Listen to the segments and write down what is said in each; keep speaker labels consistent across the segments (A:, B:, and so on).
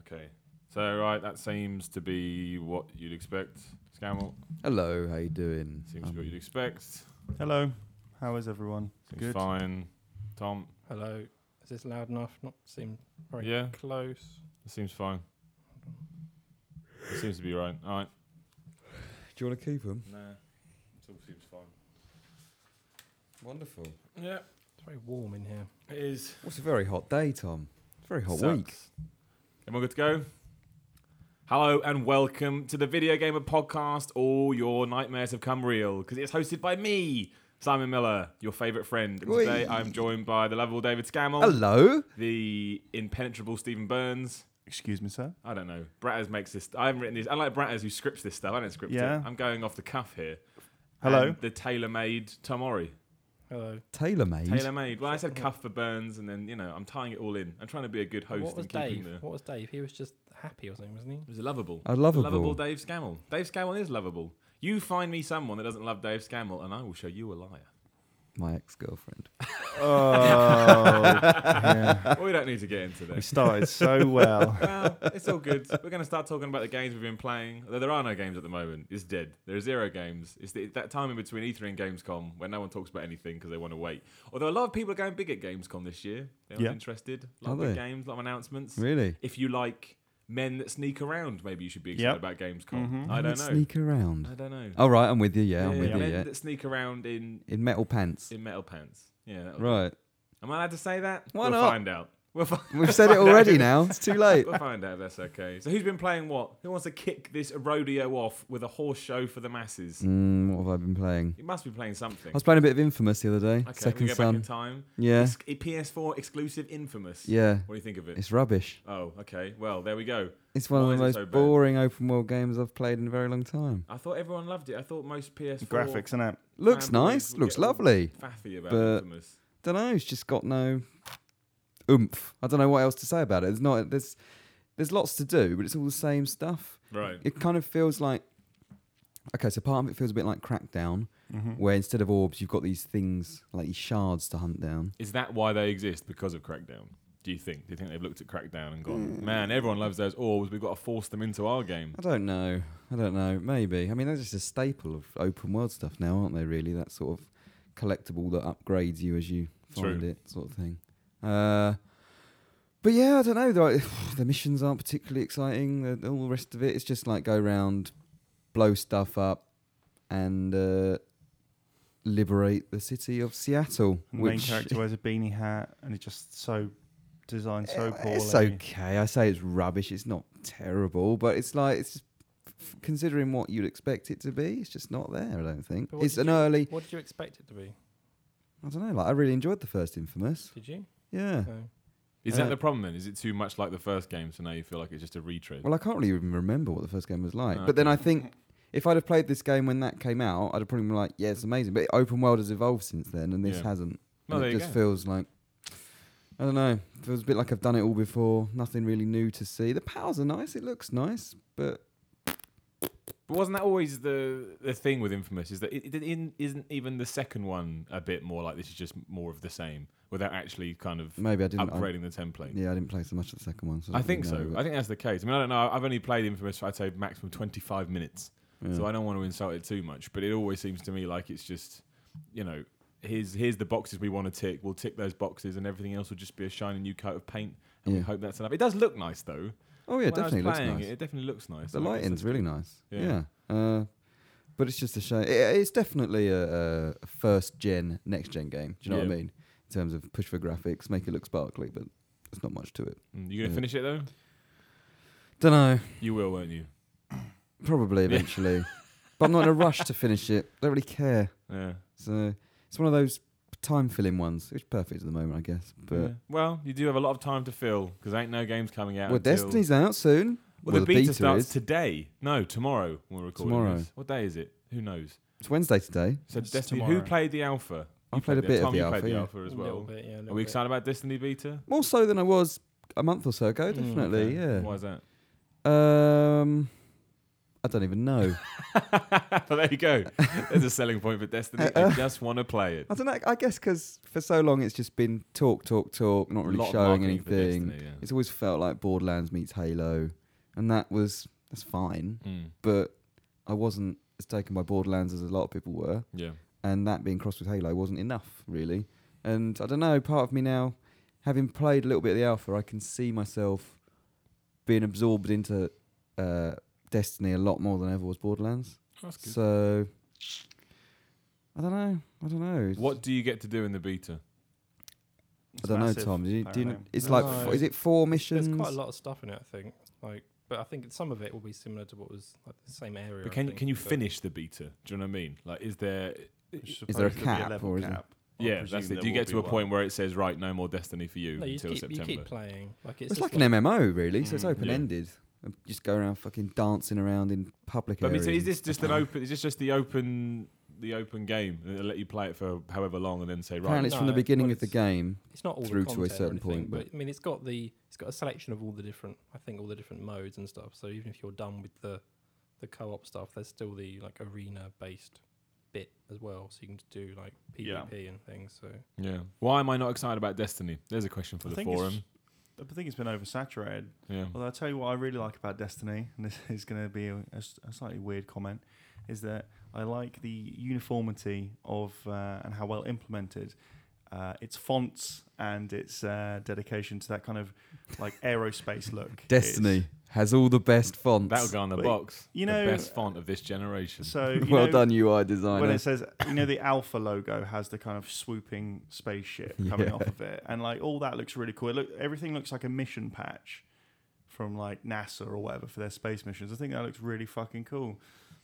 A: Okay. So right, that seems to be what you'd expect. Scammel
B: Hello, how you doing?
A: seems to
B: Um,
A: be what you'd expect.
C: Hello. How is everyone?
A: Seems
C: Good.
A: fine. Tom,
D: Hello. Is this loud enough? Not seem very
A: Yeah.
D: close.
A: it seems fine. It seems to be right. All right.
B: Do you want to keep them?
A: Nah. It all seems fine.
B: Wonderful.
A: Yeah.
D: It's very warm in here.
A: It is.
B: What's a very hot day, Tom? It's a very hot
A: Sucks.
B: week.
A: Everyone good to go? Hello and welcome to the Video Gamer Podcast. All your nightmares have come real because it's hosted by me, Simon Miller, your favourite friend. And
B: Whee!
A: today I'm joined by the lovable David Scammell,
B: Hello.
A: the impenetrable Stephen Burns.
C: Excuse me, sir.
A: I don't know. Bratters makes this. I haven't written this. I like Bratters who scripts this stuff. I don't script
C: Yeah.
A: it. I'm going off the cuff here.
B: Um,
C: Hello.
A: And the tailor-made Tom Ori.
D: Hello.
B: TaylorMade.
A: Tailor-made. Well, I said cuff for Burns, and then you know I'm tying it all in. I'm trying to be a good host
D: what was
A: and keeping
D: Dave?
A: the.
D: What was Dave? He was just happy or something, wasn't
A: It was a lovable.
B: A
A: The
B: lovable.
A: lovable Dave Scammell. Dave Scammell is lovable. You find me someone that doesn't love Dave Scammell, and I will show you a liar.
B: My ex-girlfriend.
C: Oh, yeah.
A: we don't need to get into
C: we
A: this.
C: started so well.
A: well, it's all good. We're going to start talking about the games we've been playing. Although there are no games at the moment. It's dead. There are zero games. It's the, that time in between E3 and Gamescom where no one talks about anything because they want to wait. Although a lot of people are going big at Gamescom this year. They're
C: Yeah.
A: interested. A lot of
B: Are
A: big
B: they?
A: games, a lot of announcements.
B: Really?
A: If you like men that sneak around, maybe you should be excited
C: Yep.
A: about Gamescom.
C: Mhm.
A: I don't
B: Let's
A: know.
B: Mm-hmm. Sneak around.
A: I don't know.
B: All right, I'm with you. Yeah, I'm with
A: men
B: you. Yeah.
A: that sneak around in,
B: In metal pants.
A: in metal pants. Yeah. That was,
B: Right.
A: Am I allowed to say that?
B: Why
A: we'll
B: not?
A: find out. We'll find
B: We've said it
A: Find out.
B: already. Now it's too late.
A: We'll find out if that's okay. So who's been playing what? Who wants to kick this rodeo off with a horse show for the masses?
B: Mm, what have I been playing?
A: You must be playing something.
B: I was playing a bit of Infamous the other day.
A: okay, we
B: Second
A: go back in
B: Son.
A: time.
B: Yeah.
A: Ex- eh, a PS4 exclusive Infamous.
B: Yeah.
A: What do you think of it?
B: It's rubbish.
A: oh, okay. Well, there we go.
B: It's one
A: Why
B: of
A: is
B: the
A: it
B: most
A: so bad?
B: boring open world games I've played in a very long time.
A: I thought everyone loved it. I thought most PS4
C: Graphics, innit?
B: Looks
A: Fanboys
B: nice.
A: will
B: Looks
A: get all-
B: lovely.
A: faffy about
B: But-
A: Infamous.
B: don't know. It's just got no oomph. I don't know what else to say about it. There's not there's there's lots to do, but it's all the same stuff.
A: Right.
B: It kind of feels like okay. So part of it feels a bit like Crackdown,
C: Mhm.
B: where instead of orbs, you've got these things like these shards to hunt down.
A: Is that why they exist? Because of Crackdown? Do you think? Do you think they've looked at Crackdown and
B: Mm.
A: gone, man, everyone loves those orbs. We've got to force them into our game.
B: I don't know. I don't know. Maybe. I mean, they're just a staple of open world stuff now, aren't they? Really, that sort of collectible that upgrades you as you find
A: True.
B: it, sort of thing. Uh, but yeah, I don't know. though. the missions aren't particularly exciting. The, all the rest of it, it's just like go round, blow stuff up, and uh, liberate the city of Seattle.
C: The main character wears a beanie hat and it's just so designed so
B: Uh,
C: poorly.
B: It's okay. I say it's rubbish. It's not terrible, but it's like it's just f- considering what you'd expect it to be. It's just not there. I don't think
D: But what
B: it's
D: did
B: an
D: you-
B: early.
D: he? What did you expect it to be?
B: I don't know. Like I really enjoyed the first Infamous.
D: Did you?
B: Yeah.
D: No.
A: Is
B: Uh,
A: that the problem then? Is it too much like the first game? So now you feel like it's just a retread.
B: Well, I can't really even remember what the first game was like.
A: No,
B: But then
A: okay.
B: I think if I'd have played this game when that came out, I'd have probably been like, "Yeah, it's amazing." But open world has evolved since then, and this
A: Yeah.
B: hasn't.
A: No,
B: And
A: there
B: it
A: you
B: just
A: go.
B: feels like. I don't know. Feels a bit like I've done it all before. Nothing really new to see. The powers are nice. It looks nice, but
A: But wasn't that always the the thing with Infamous? Is that it, it in, isn't even the second one a bit more like this is just more of the same without actually kind of
B: maybe I Mm, didn't. I-
A: upgrading the template?
B: Yeah, I didn't play so much of the second one. So
A: I think
B: don't
A: so.
B: really know,
A: I think that's the case. I mean, I don't know. I've only played Infamous for I'd say maximum twenty five minutes,
B: but- yeah.
A: so I don't want to insult it too much. But it always seems to me like it's just, you know, here's here's the boxes we want to tick. We'll tick those boxes, and everything else will just be a shiny new coat of paint. And we
B: Yeah.
A: hope that's enough. It does look nice though.
B: oh
A: When I
B: yeah,
A: was
B: definitely looks
A: playing
B: nice.
A: It, it definitely looks nice.
B: the
A: I guess that's-
B: lighting's really nice.
A: Yeah.
B: Yeah. Uh, but it's just a shame. It, it's definitely a, a first gen, next gen game. Do you know what
A: Yeah.
B: I mean? In terms of push for graphics, make it look sparkly, but there's not much to it.
A: Mm, You gonna
B: Yeah.
A: finish it though?
B: Don't know.
A: You will, won't you?
B: Probably
A: Yeah.
B: eventually, but I'm not in a rush to finish it. Don't really care.
A: Yeah.
B: So it's one of those time filling ones, which is perfect at the moment, I guess. But
A: Yeah. well, you do have a lot of time to fill because ain't no games coming out.
B: well,
A: until-
B: Destiny's out soon.
A: Well, the, beta, starts
B: is.
A: today. No, tomorrow. We're recording
B: Tomorrow.
A: this. What day is it? Who knows?
B: It's Wednesday today.
A: So
D: It's
A: Destiny. Who
D: tomorrow.
A: played the alpha?
B: I
A: You
B: played a
A: the-
B: bit of
A: Tom,
B: the
A: you
B: alpha,
A: Played the
B: yeah.
A: alpha as
D: A
A: well.
D: little bit, yeah, a
A: Are
D: little
A: we
D: bit.
A: excited about Destiny beta?
B: More so than I
A: Hmm,
B: was a month or so ago,
D: Mm,
B: definitely.
A: Okay.
B: yeah.
A: Why is that?
B: Um, I don't even know.
A: Well, there you go. There's a selling point for Destiny. I just want to play it.
B: Uh, I don't know. I guess because for so long it's just been talk, talk, talk, not really
A: Lot of
B: showing
A: marketing for
B: anything.
A: Destiny, yeah.
B: It's always felt like Borderlands meets Halo, and that was that's fine.
A: Mm,
B: But I wasn't as taken by Borderlands as a lot of people were,
A: yeah.
B: and that being crossed with Halo wasn't enough really. And I don't know. Part of me now, having played a little bit of the alpha, I can see myself being absorbed into uh, Destiny a lot more than ever was Borderlands.
A: That's good.
B: So I don't know. I don't know. It's-
A: What do you get to do in the beta?
B: I don't know, Tom. Do you, do you, kn- it's like
D: No.
B: f- is it four missions?
D: There's quite a lot of stuff in it, I think. Like, but I think some of it will be similar to what was like the same area.
A: But
D: I
A: can
D: think,
A: can you
D: but-
A: finish the beta? Do you know what I mean? Like, is there?
B: Is there a cap or is it-
A: Yeah, that's it. Do you get to a point where it says, right, no more Destiny for you
D: No, you,
A: until
D: keep, you
A: September?
D: keep playing. Like it's,
B: It's
D: just
B: like an MMO, really. So it's
C: Mm, yeah.
B: open ended. Just go around fucking dancing around in public
A: But I mean,
B: areas.
A: so is
B: and
A: this
B: stuff
A: just
B: like
A: an
B: that.
A: open? Is this just the open? The open game, and it'll let you play it for however long, and then say, right,
B: Apparently, it's from the
D: No,
B: beginning
D: well,
B: of the
D: it's-
B: game.
D: it's not all the
B: through to a
D: content or
B: certain point,
D: anything,
B: but-
D: I mean, it's got the it's got a selection of all the different, I think, all the different modes and stuff. So even if you're done with the the co-op stuff, there's still the like arena based bit as well. So you can do like
C: Yeah.
D: PvP and things. So
A: yeah. Why am I not excited about Destiny? There's a question for
C: I
A: the
C: think it's-
A: forum.
C: I think it's been oversaturated.
A: Yeah.
C: Although I tell you what, I really like about Destiny, and this is going to be a, a s- a slightly weird comment, is that I like the uniformity of uh, and how well implemented uh, its fonts and its uh, dedication to that kind of like aerospace look. It's-
B: Destiny has all the best fonts.
A: That'll go on the
C: But,
A: box.
C: you
A: the
C: know-
A: best font of this generation.
C: So you
B: well
C: know,
B: done, UI designer.
C: when it says you know the alpha logo has the kind of swooping spaceship coming
B: Yeah.
C: off of it and like all that looks really cool it look, everything looks like a mission patch from like nasa or whatever for their space missions i think that looks really fucking cool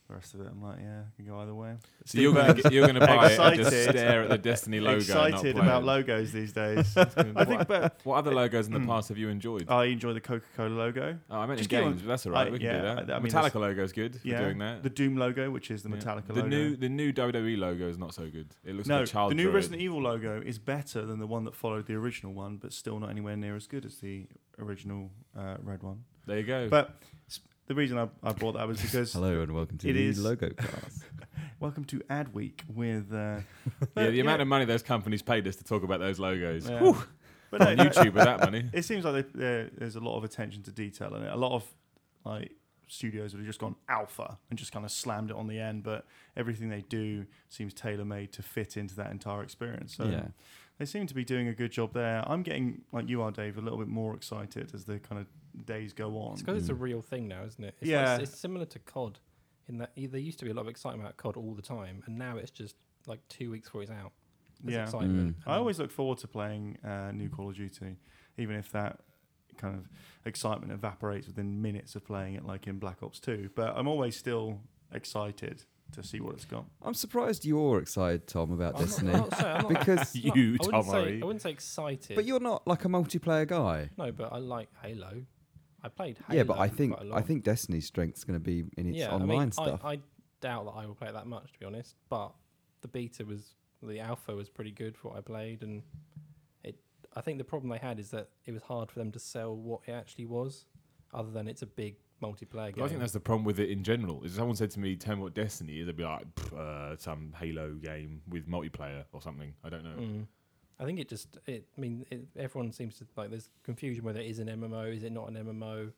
C: the rest of it i'm like yeah it can go either way
A: So you're gonna get, you're gonna buy it and just
C: Excited.
A: stare at the Destiny logo. and not
C: excited
A: play
C: about
A: it.
C: logos these days
A: It's gonna be-
C: i think
A: what,
C: but
A: what other logos in the past have you enjoyed?
C: i enjoy the coca-cola logo
A: oh, I meant in
C: Mm. Oh, just get on-
A: games, but that's all right.
C: I-
A: we can
C: yeah,
A: do that.
C: I- I mean,
A: Metallica logo's good for
C: yeah,
A: doing that.
C: the doom logo which is the
A: Yeah.
C: metallica
A: the
C: logo
A: new the new WWE logo is not so good. It looks
C: no,
A: like a child.
C: the new
A: drew it.
C: Resident Evil logo is better than the one that followed the original one, but still not anywhere near as good as the original uh, red one.
A: There you go.
C: But s- the reason I, I bought that was because
B: Hello and welcome to
C: It
B: the
C: is-
B: logo class.
C: welcome to Ad Week with uh,
A: yeah, the amount
C: know,
A: of money those companies paid us to talk about those logos
C: yeah.
A: Whew,
C: But
A: on
C: no,
A: YouTube with that money.
C: it seems like they, there, there's a lot of attention to detail in it. A lot of like studios would have just gone alpha and just kind of slammed it on the end, but everything they do seems tailor made to fit into that entire experience. So
B: yeah.
C: they seem to be doing a good job there. I'm getting, like you are, Dave, a little bit more excited as the kind of days go on.
D: it's because it's a
B: Mm.
D: real thing now, isn't it? It's like-
C: Yeah.
D: it's similar to COD, in that y- there used to be a lot of excitement about COD all the time, and now it's just like two weeks before it's out. There's
C: Yeah.
D: excitement.
B: Mm.
D: and
C: I
D: then-
C: always look forward to playing uh, new Call of Duty, even if that kind of excitement evaporates within minutes of playing it, like in Black Ops 2. But I'm always still excited to see what it's got.
B: I'm surprised you're excited, Tom, about
D: I'm not-
B: Destiny.
D: I'm not saying- I'm not-
B: because,
D: it's not-
A: You,
D: I
A: Tom
D: wouldn't, say,
A: Murray.
D: I wouldn't say excited.
B: but you're not like a multiplayer guy.
D: No, but I like Halo. I played Halo.
B: yeah, but I think
D: quite a
B: I
D: lot.
B: think Destiny's strength's going to be in its
D: yeah,
B: online
D: I mean,
B: stuff.
D: I, I doubt that I will play it that much, to be honest. But the beta was, the alpha was pretty good for what I played, and it. I think the problem they had is that it was hard for them to sell what it actually was, other than it's a big multiplayer
A: But
D: game.
A: I think that's the problem with it in general. If someone said to me, "Tell me what Destiny is," I'd be like, "Pff, uh, "Some Halo game with multiplayer or something." I don't know.
D: Mm. I think it just. It. I mean, it, everyone seems to like. There's confusion whether it is an MMO, is it not an MMO,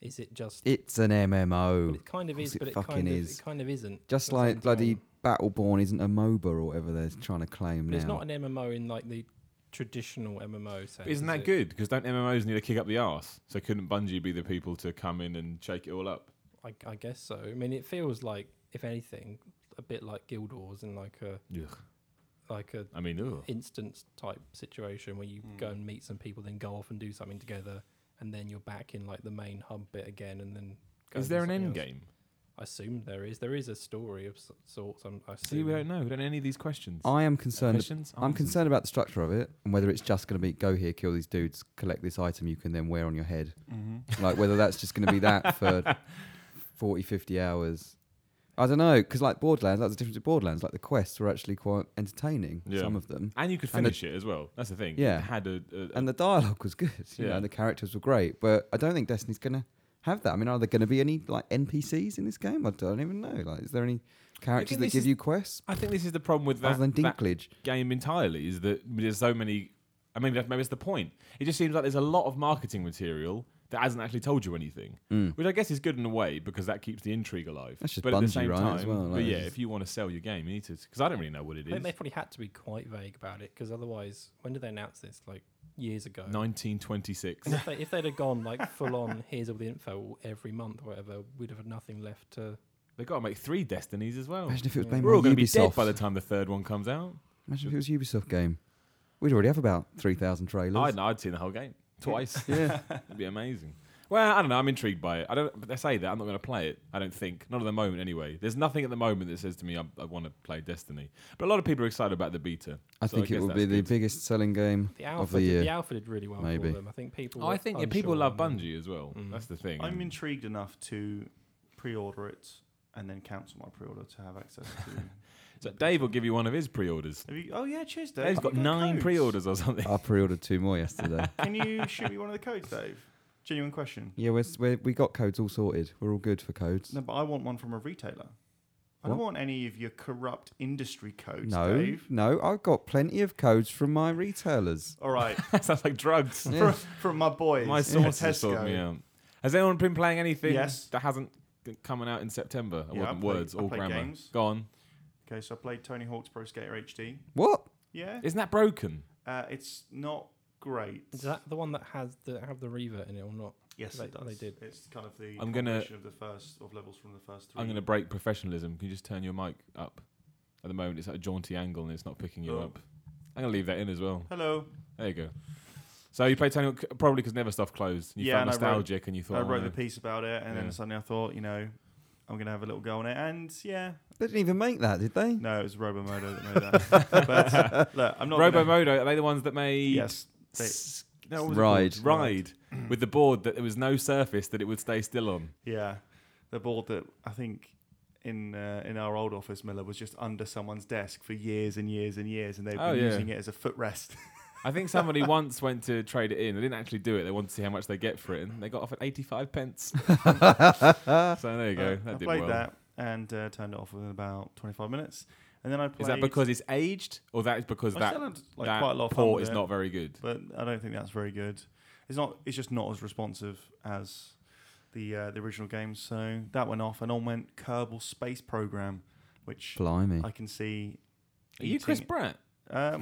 D: is it just.
B: it's an MMO.
D: but it kind of
B: course
D: is,
B: it
D: but it
B: fucking
D: kind of
B: is.
D: it kind of isn't. at
B: Just
D: the
B: like
D: same
B: bloody
D: time.
B: Battleborn isn't a MOBA or whatever they're trying to claim
D: But
B: now.
D: it's not an MMO in like the traditional MMO sense.
A: But isn't
D: is
A: that
D: it?
A: good? Because don't MMOs need a kick up the arse? So couldn't Bungie be the people to come in and shake it all up?
D: I, I guess so. I mean, it feels like, if anything, a bit like Guild Wars and like a
A: Ugh.
D: like a
A: I mean, ugh.
D: instance type situation where
A: Hmm.
D: you go and meet some people, then go off and do something together, and then you're back in like the main hub bit again, and then. go
A: is
D: and do
A: there an
D: something
A: end
D: else.
A: game?
D: I assume there is. There is a story of s- sorts. I'm, I
A: See, we
D: assume.
A: don't know. We don't know any of these questions.
B: I am concerned.
A: Questions?
B: I'm
A: Answers?
B: concerned about the structure of it and whether it's just going to be go here, kill these dudes, collect this item you can then wear on your head.
A: Mm-hmm.
B: Like whether that's just going to be that for 40, 50 hours. I don't know because like Borderlands, that's the difference with Borderlands. Like the quests were actually quite entertaining.
A: Yeah.
B: Some of them.
A: And you could
B: And the-
A: finish it as well. That's the thing.
B: Yeah.
A: It had a, a,
B: and the dialogue was good. You
A: Yeah.
B: know, and the characters were great, but I don't think Destiny's gonna have that? I mean, are there going to be any like NPCs in this game? I don't even know. Like, is there any characters that
A: this
B: give
A: is-
B: you quests
A: I think this is the problem with that,
B: other than
A: that
B: Dinklage?
A: game entirely is that there's so many. I mean, that- maybe it's the point. It just seems like there's a lot of marketing material that hasn't actually told you anything,
B: Mm.
A: which I guess is good in a way because that keeps the intrigue alive.
B: That's just
A: but at the
B: Bungie,
A: same
B: right,
A: time,
B: as well,
A: but
B: like,
A: yeah,
B: it's-
A: if you want to sell your game, you need to because I don't really know what it
D: I think
A: is.
D: they probably had to be quite vague about it because otherwise, when did they announce this? Like years ago.
A: 1926.
D: And if, they, if they'd have gone like full on, here's all the info every month or whatever, we'd have had nothing left to.
A: They've got to make three destinies as well.
B: Imagine if it was
D: Yeah.
B: made
A: We're all
B: by
A: going to be dead
B: Ubisoft.
A: by the time the third one comes out.
B: Imagine if it was a Ubisoft game. We'd already have about three thousand trailers.
A: I'd, I'd seen the whole game twice. yeah, it'd be amazing. Well, I don't know. I'm intrigued by it. I don't. But I say that I'm not going to play it. I don't think. Not at the moment, anyway. There's nothing at the moment that says to me I, I want to play Destiny. But a lot of people are excited about the beta.
B: I
A: So
B: think
A: guess
B: it will
A: that's
B: be the
A: good.
B: biggest selling game
D: The
B: of
D: Alpha,
B: the
D: did,
B: year.
D: the Alpha did really well
B: Maybe.
D: for them. I think people.
A: Oh, I
D: were
A: think yeah, people
D: unsure
A: love
D: and then-
A: Bungie as well.
D: Mm.
A: That's the thing.
C: I'm intrigued enough to pre-order it and then cancel my pre-order to have access to.
A: so Dave will give you one of his pre-orders.
C: Have you, oh yeah, cheers, Dave.
A: Dave's
C: You've
A: got nine
C: codes.
A: pre-orders or something.
B: I pre-ordered two more yesterday.
C: Can you shoot me one of the codes, Dave? Genuine question.
B: yeah, we're, s- we're, we got codes all sorted. We're all good for codes.
C: No, but I want one from a retailer. I don't
B: What?
C: want any of your corrupt industry codes,
B: No,
C: Dave.
B: no, I've got plenty of codes from my retailers.
C: All right,
A: Sounds like drugs.
B: Yeah.
C: from, from my boys.
A: My
C: at
A: sources
C: Tesco.
A: sorted me out. Has anyone been playing anything
C: Yes.
A: that hasn't g- coming out in September? I
C: Yeah, I
A: wasn't
C: play-
A: words,
C: I
A: all
C: play
A: grammar.
C: games.
A: Go on.
C: Okay, so I played Tony Hawk's Pro Skater HD.
B: What?
C: Yeah,
A: Isn't that broken?
C: uh, it's not great.
D: Is that the one that has the have the reverb in it or not?
C: Yes,
D: They-
C: it does.
D: they did.
C: It's kind of the
A: I'm
C: I'm
A: gonna-
C: of the first of levels from the first three.
A: I'm going to break professionalism. Can you just turn your mic up? At the moment, it's at a jaunty angle and it's not picking you
C: Oh.
A: up. I'm going to leave that in as well.
C: Hello.
A: There you go. So you played Tony Hawk c- probably because Never Stuff closed. And you
C: Yeah,
A: felt
C: and I wrote-
A: nostalgic and you thought,
C: I
A: oh,
C: wrote
A: no.
C: the piece about it, and
A: Yeah.
C: then suddenly I thought, you know, I'm going to have a little go on it. And yeah,
B: They didn't even make that, did they?
C: no, it was Robomodo that made that. but look, I'm not.
A: Robo
C: gonna-
A: Modo, are they the ones that made
C: Yes. they-
A: S- no, what was
B: Ride.
A: It called? Ride. with the board that there was no surface that it would stay still on.
C: Yeah, the board that I think in uh, in our old office, Miller was just under someone's desk for years and years and years, and they've been
A: Oh, yeah.
C: using it as a footrest.
A: I think somebody once went to trade it in. They didn't actually do it. They wanted to see how much they get for it, and they got off at 85 pence. so there you go. that
C: Uh, I
A: did
C: played
A: well.
C: that and uh, turned it off within about 25 minutes, and then I played.
A: Is that because it's aged, or that is because
C: I
A: that
C: still had, like,
A: that
C: quite a lot of fun
A: port
C: with
A: is
C: it.
A: not very good?
C: but I don't think that's very good. It's not. It's just not as responsive as the uh, the original game. So that went off, and on went Kerbal Space Program, which
B: Blimey.
C: I can see.
A: Are you
C: eating-
A: Chris Pratt?
C: Um,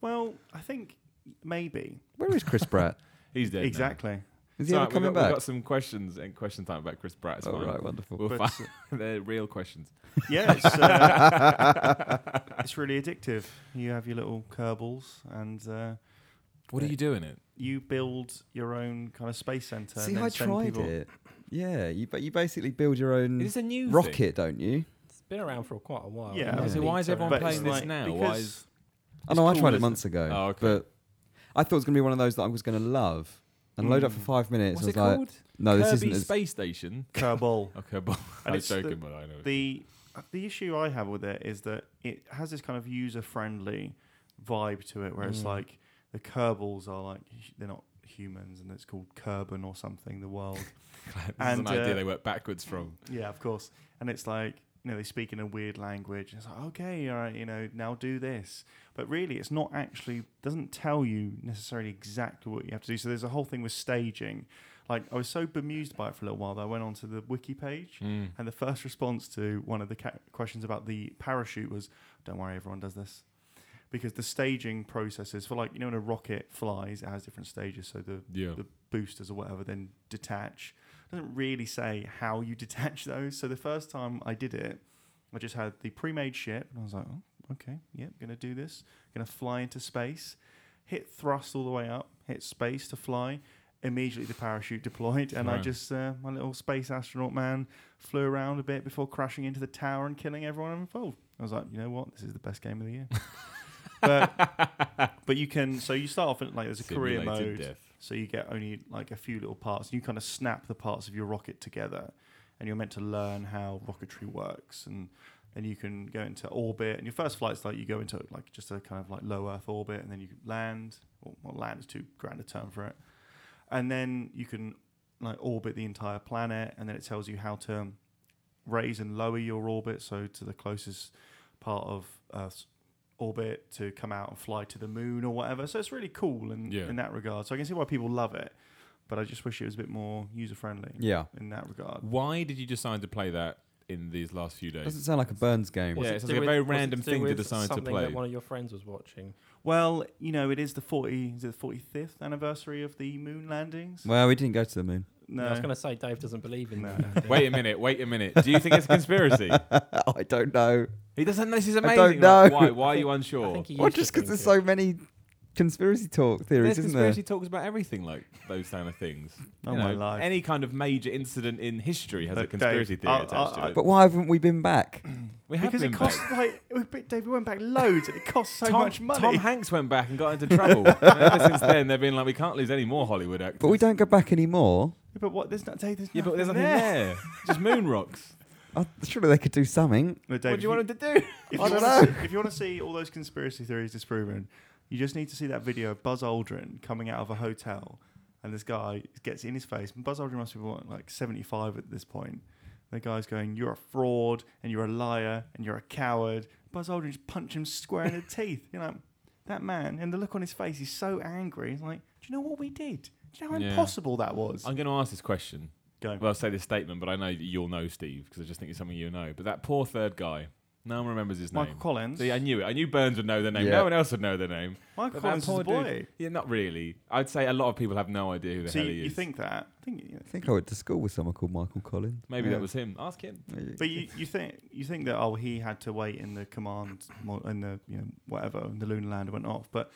C: well, I think maybe
B: Where is Chris Pratt?
A: He's dead. now.
C: exactly.
B: Is
A: It's
B: he
A: all
B: ever
A: right, we've
B: coming
A: got,
B: back?
A: We've got some questions and question time about Chris Pratt. It's
B: All
A: fine.
B: right, wonderful.
A: We'll
C: But, uh,
A: find they're real questions.
C: Yeah, it's, uh, it's really addictive. You have your little Kerbals, and uh,
A: What do you do in it?
C: you build your own kind of space center.
B: See,
C: and then
B: I
C: send
B: tried
C: people.
B: it. Yeah, you but you basically build your own
A: Is this a new
B: rocket,
A: Thing?
B: don't you?
D: It's been around for quite a while.
C: Yeah.
B: Yeah.
A: So why is
D: Sorry.
A: everyone
C: But
A: playing
C: it's
A: this
C: like-
A: now? Why
C: because-
A: is
B: I know I
C: cool,
B: tried it
C: isn't
B: months ago,
A: Oh, okay.
B: but I thought it was going to be one of those that I was going to love and load up for
C: Mm.
B: five minutes.
A: what's
B: and
A: it
B: I was
A: called?
B: like, no, this
A: Kirby
B: isn't as
A: Space Station.
C: Kerbal.
A: Okay, but I
C: And
A: was
C: it's the-
A: joking, but I know.
C: the the issue I have with it is that it has this kind of user friendly vibe to it, where it's
D: Mm.
C: like the Kerbals are like hu- they're not humans, and it's called Kerban or something. The world,
A: this is
C: and,
A: an idea
C: uh,
A: they work backwards from.
C: yeah, of course. And it's like you know they speak in a weird language. It's like okay, all right, you know now do this, but really it's not actually doesn't tell you necessarily exactly what you have to do. So there's a whole thing with staging. Like I was so bemused by it for a little while that I went onto the wiki page
A: Mm.
C: and the first response to one of the ca- questions about the parachute was, "Don't worry, everyone does this," because the staging processes for like you know when a rocket flies, it has different stages. So the
A: Yeah.
C: the boosters or whatever then detach. doesn't really say how you detach those. So the first time I did it, I just had the pre-made ship, and I was like, "Oh, okay, yep, gonna do this. Gonna fly into space, hit thrust all the way up, hit space to fly." Immediately the parachute deployed, and I
A: Right.
C: just uh, my little space astronaut man flew around a bit before crashing into the tower and killing everyone involved. I was like, you know what, this is the best game of the year. but but you can so you start off in like there's a career
A: Simulated
C: mode,
A: death.
C: so you get only like a few little parts, and you kind of snap the parts of your rocket together, and you're meant to learn how rocketry works, and then you can go into orbit. And your first flight's like you go into like just a kind of like low Earth orbit, and then you land. Well, well land is too grand a term for it, and then you can like orbit the entire planet, and then it tells you how to raise and lower your orbit, so to the closest part of Earth's orbit to come out and fly to the moon or whatever. So it's really cool in,
A: Yeah.
C: in that regard. So I can see why people love it, but I just wish it was a bit more user friendly
B: Yeah.
C: in that regard.
A: Why did you decide to play that in these last few days?
B: Doesn't sound like a Burns game.
A: What's Yeah,
D: it
A: it's
D: to
A: like
D: do
A: a
D: with-
A: very
D: what's it
A: random
D: do
A: thing to
D: with
A: decide to
D: something
A: play.
D: That one of your friends was watching.
C: Well, you know, it is the forty is it the forty fifth anniversary of the moon landings.
B: Well, we didn't go to the moon.
C: no,
D: I was going to say Dave doesn't believe in
C: No.
D: that.
A: Wait a minute, wait a minute. Do you think it's a conspiracy?
B: I don't know.
A: he doesn't. This is
B: I
A: amazing.
B: don't know.
A: Like, why? Why are you
D: I
A: unsure?
D: think he
B: Well,
D: used to
B: just because there's
D: think
B: so
D: it.
B: many conspiracy talk theories,
A: There's
B: isn't
A: conspiracy
B: there?
A: talks about everything, like those kind of things.
C: Oh,
A: You
C: my
A: know,
C: life.
A: Any kind of major incident in history has a
C: Look, Dave,
A: conspiracy theory
C: I-
A: attached
C: I-
A: to it.
B: But why haven't we been back?
A: we have
C: because
A: been
C: it cost
A: back.
C: like it was a bit- Dave, we went back loads. It cost so
A: Tom,
C: much money.
A: Tom Hanks went back and got into trouble. Ever since then, they've been like, we can't lose any more Hollywood actors.
B: But we don't go back anymore.
C: but what? There's not Dave. There's
A: Yeah, but there's nothing
C: nothing
A: there. Just moon rocks.
B: I, surely they could do something.
C: No, Dave,
A: what do
C: if
A: you want him to do?
C: If
B: I
C: you
B: don't
C: wanna
B: know.
C: see- if you want to see all those conspiracy theories disproven, you just need to see that video of Buzz Aldrin coming out of a hotel, and this guy gets in his face. And Buzz Aldrin must be what, like seventy-five at this point. The guy's going, "You're a fraud, and you're a liar, and you're a coward." Buzz Aldrin just punched him square in the teeth. You know that man, and the look on his face. He's so angry. He's like, "Do you know what we did? Do you know how
A: Yeah.
C: impossible that was?"
A: I'm going to ask this question.
C: Go.
A: Well, I'll say this statement, but I know that you'll know Steve because I just think it's something you know. But that poor third guy, no one remembers his
C: Michael
A: name.
C: Collins.
A: See, I knew it. I knew Burns would know the name.
B: Yeah.
A: No one else would know the name.
C: Michael
A: But that
C: Collins is
A: poor
C: a boy.
A: dude- Yeah, not really. I'd say a lot of people have no idea who the
C: So
A: hell
C: you,
A: he
C: you
A: is.
C: think that? I think you know,
B: I think I went to school with someone called Michael Collins.
A: Maybe
B: Yeah.
A: that was him. Ask him.
C: But you, you think you think that oh he had to wait in the command mo- in the you know whatever and the lunar lander went off, but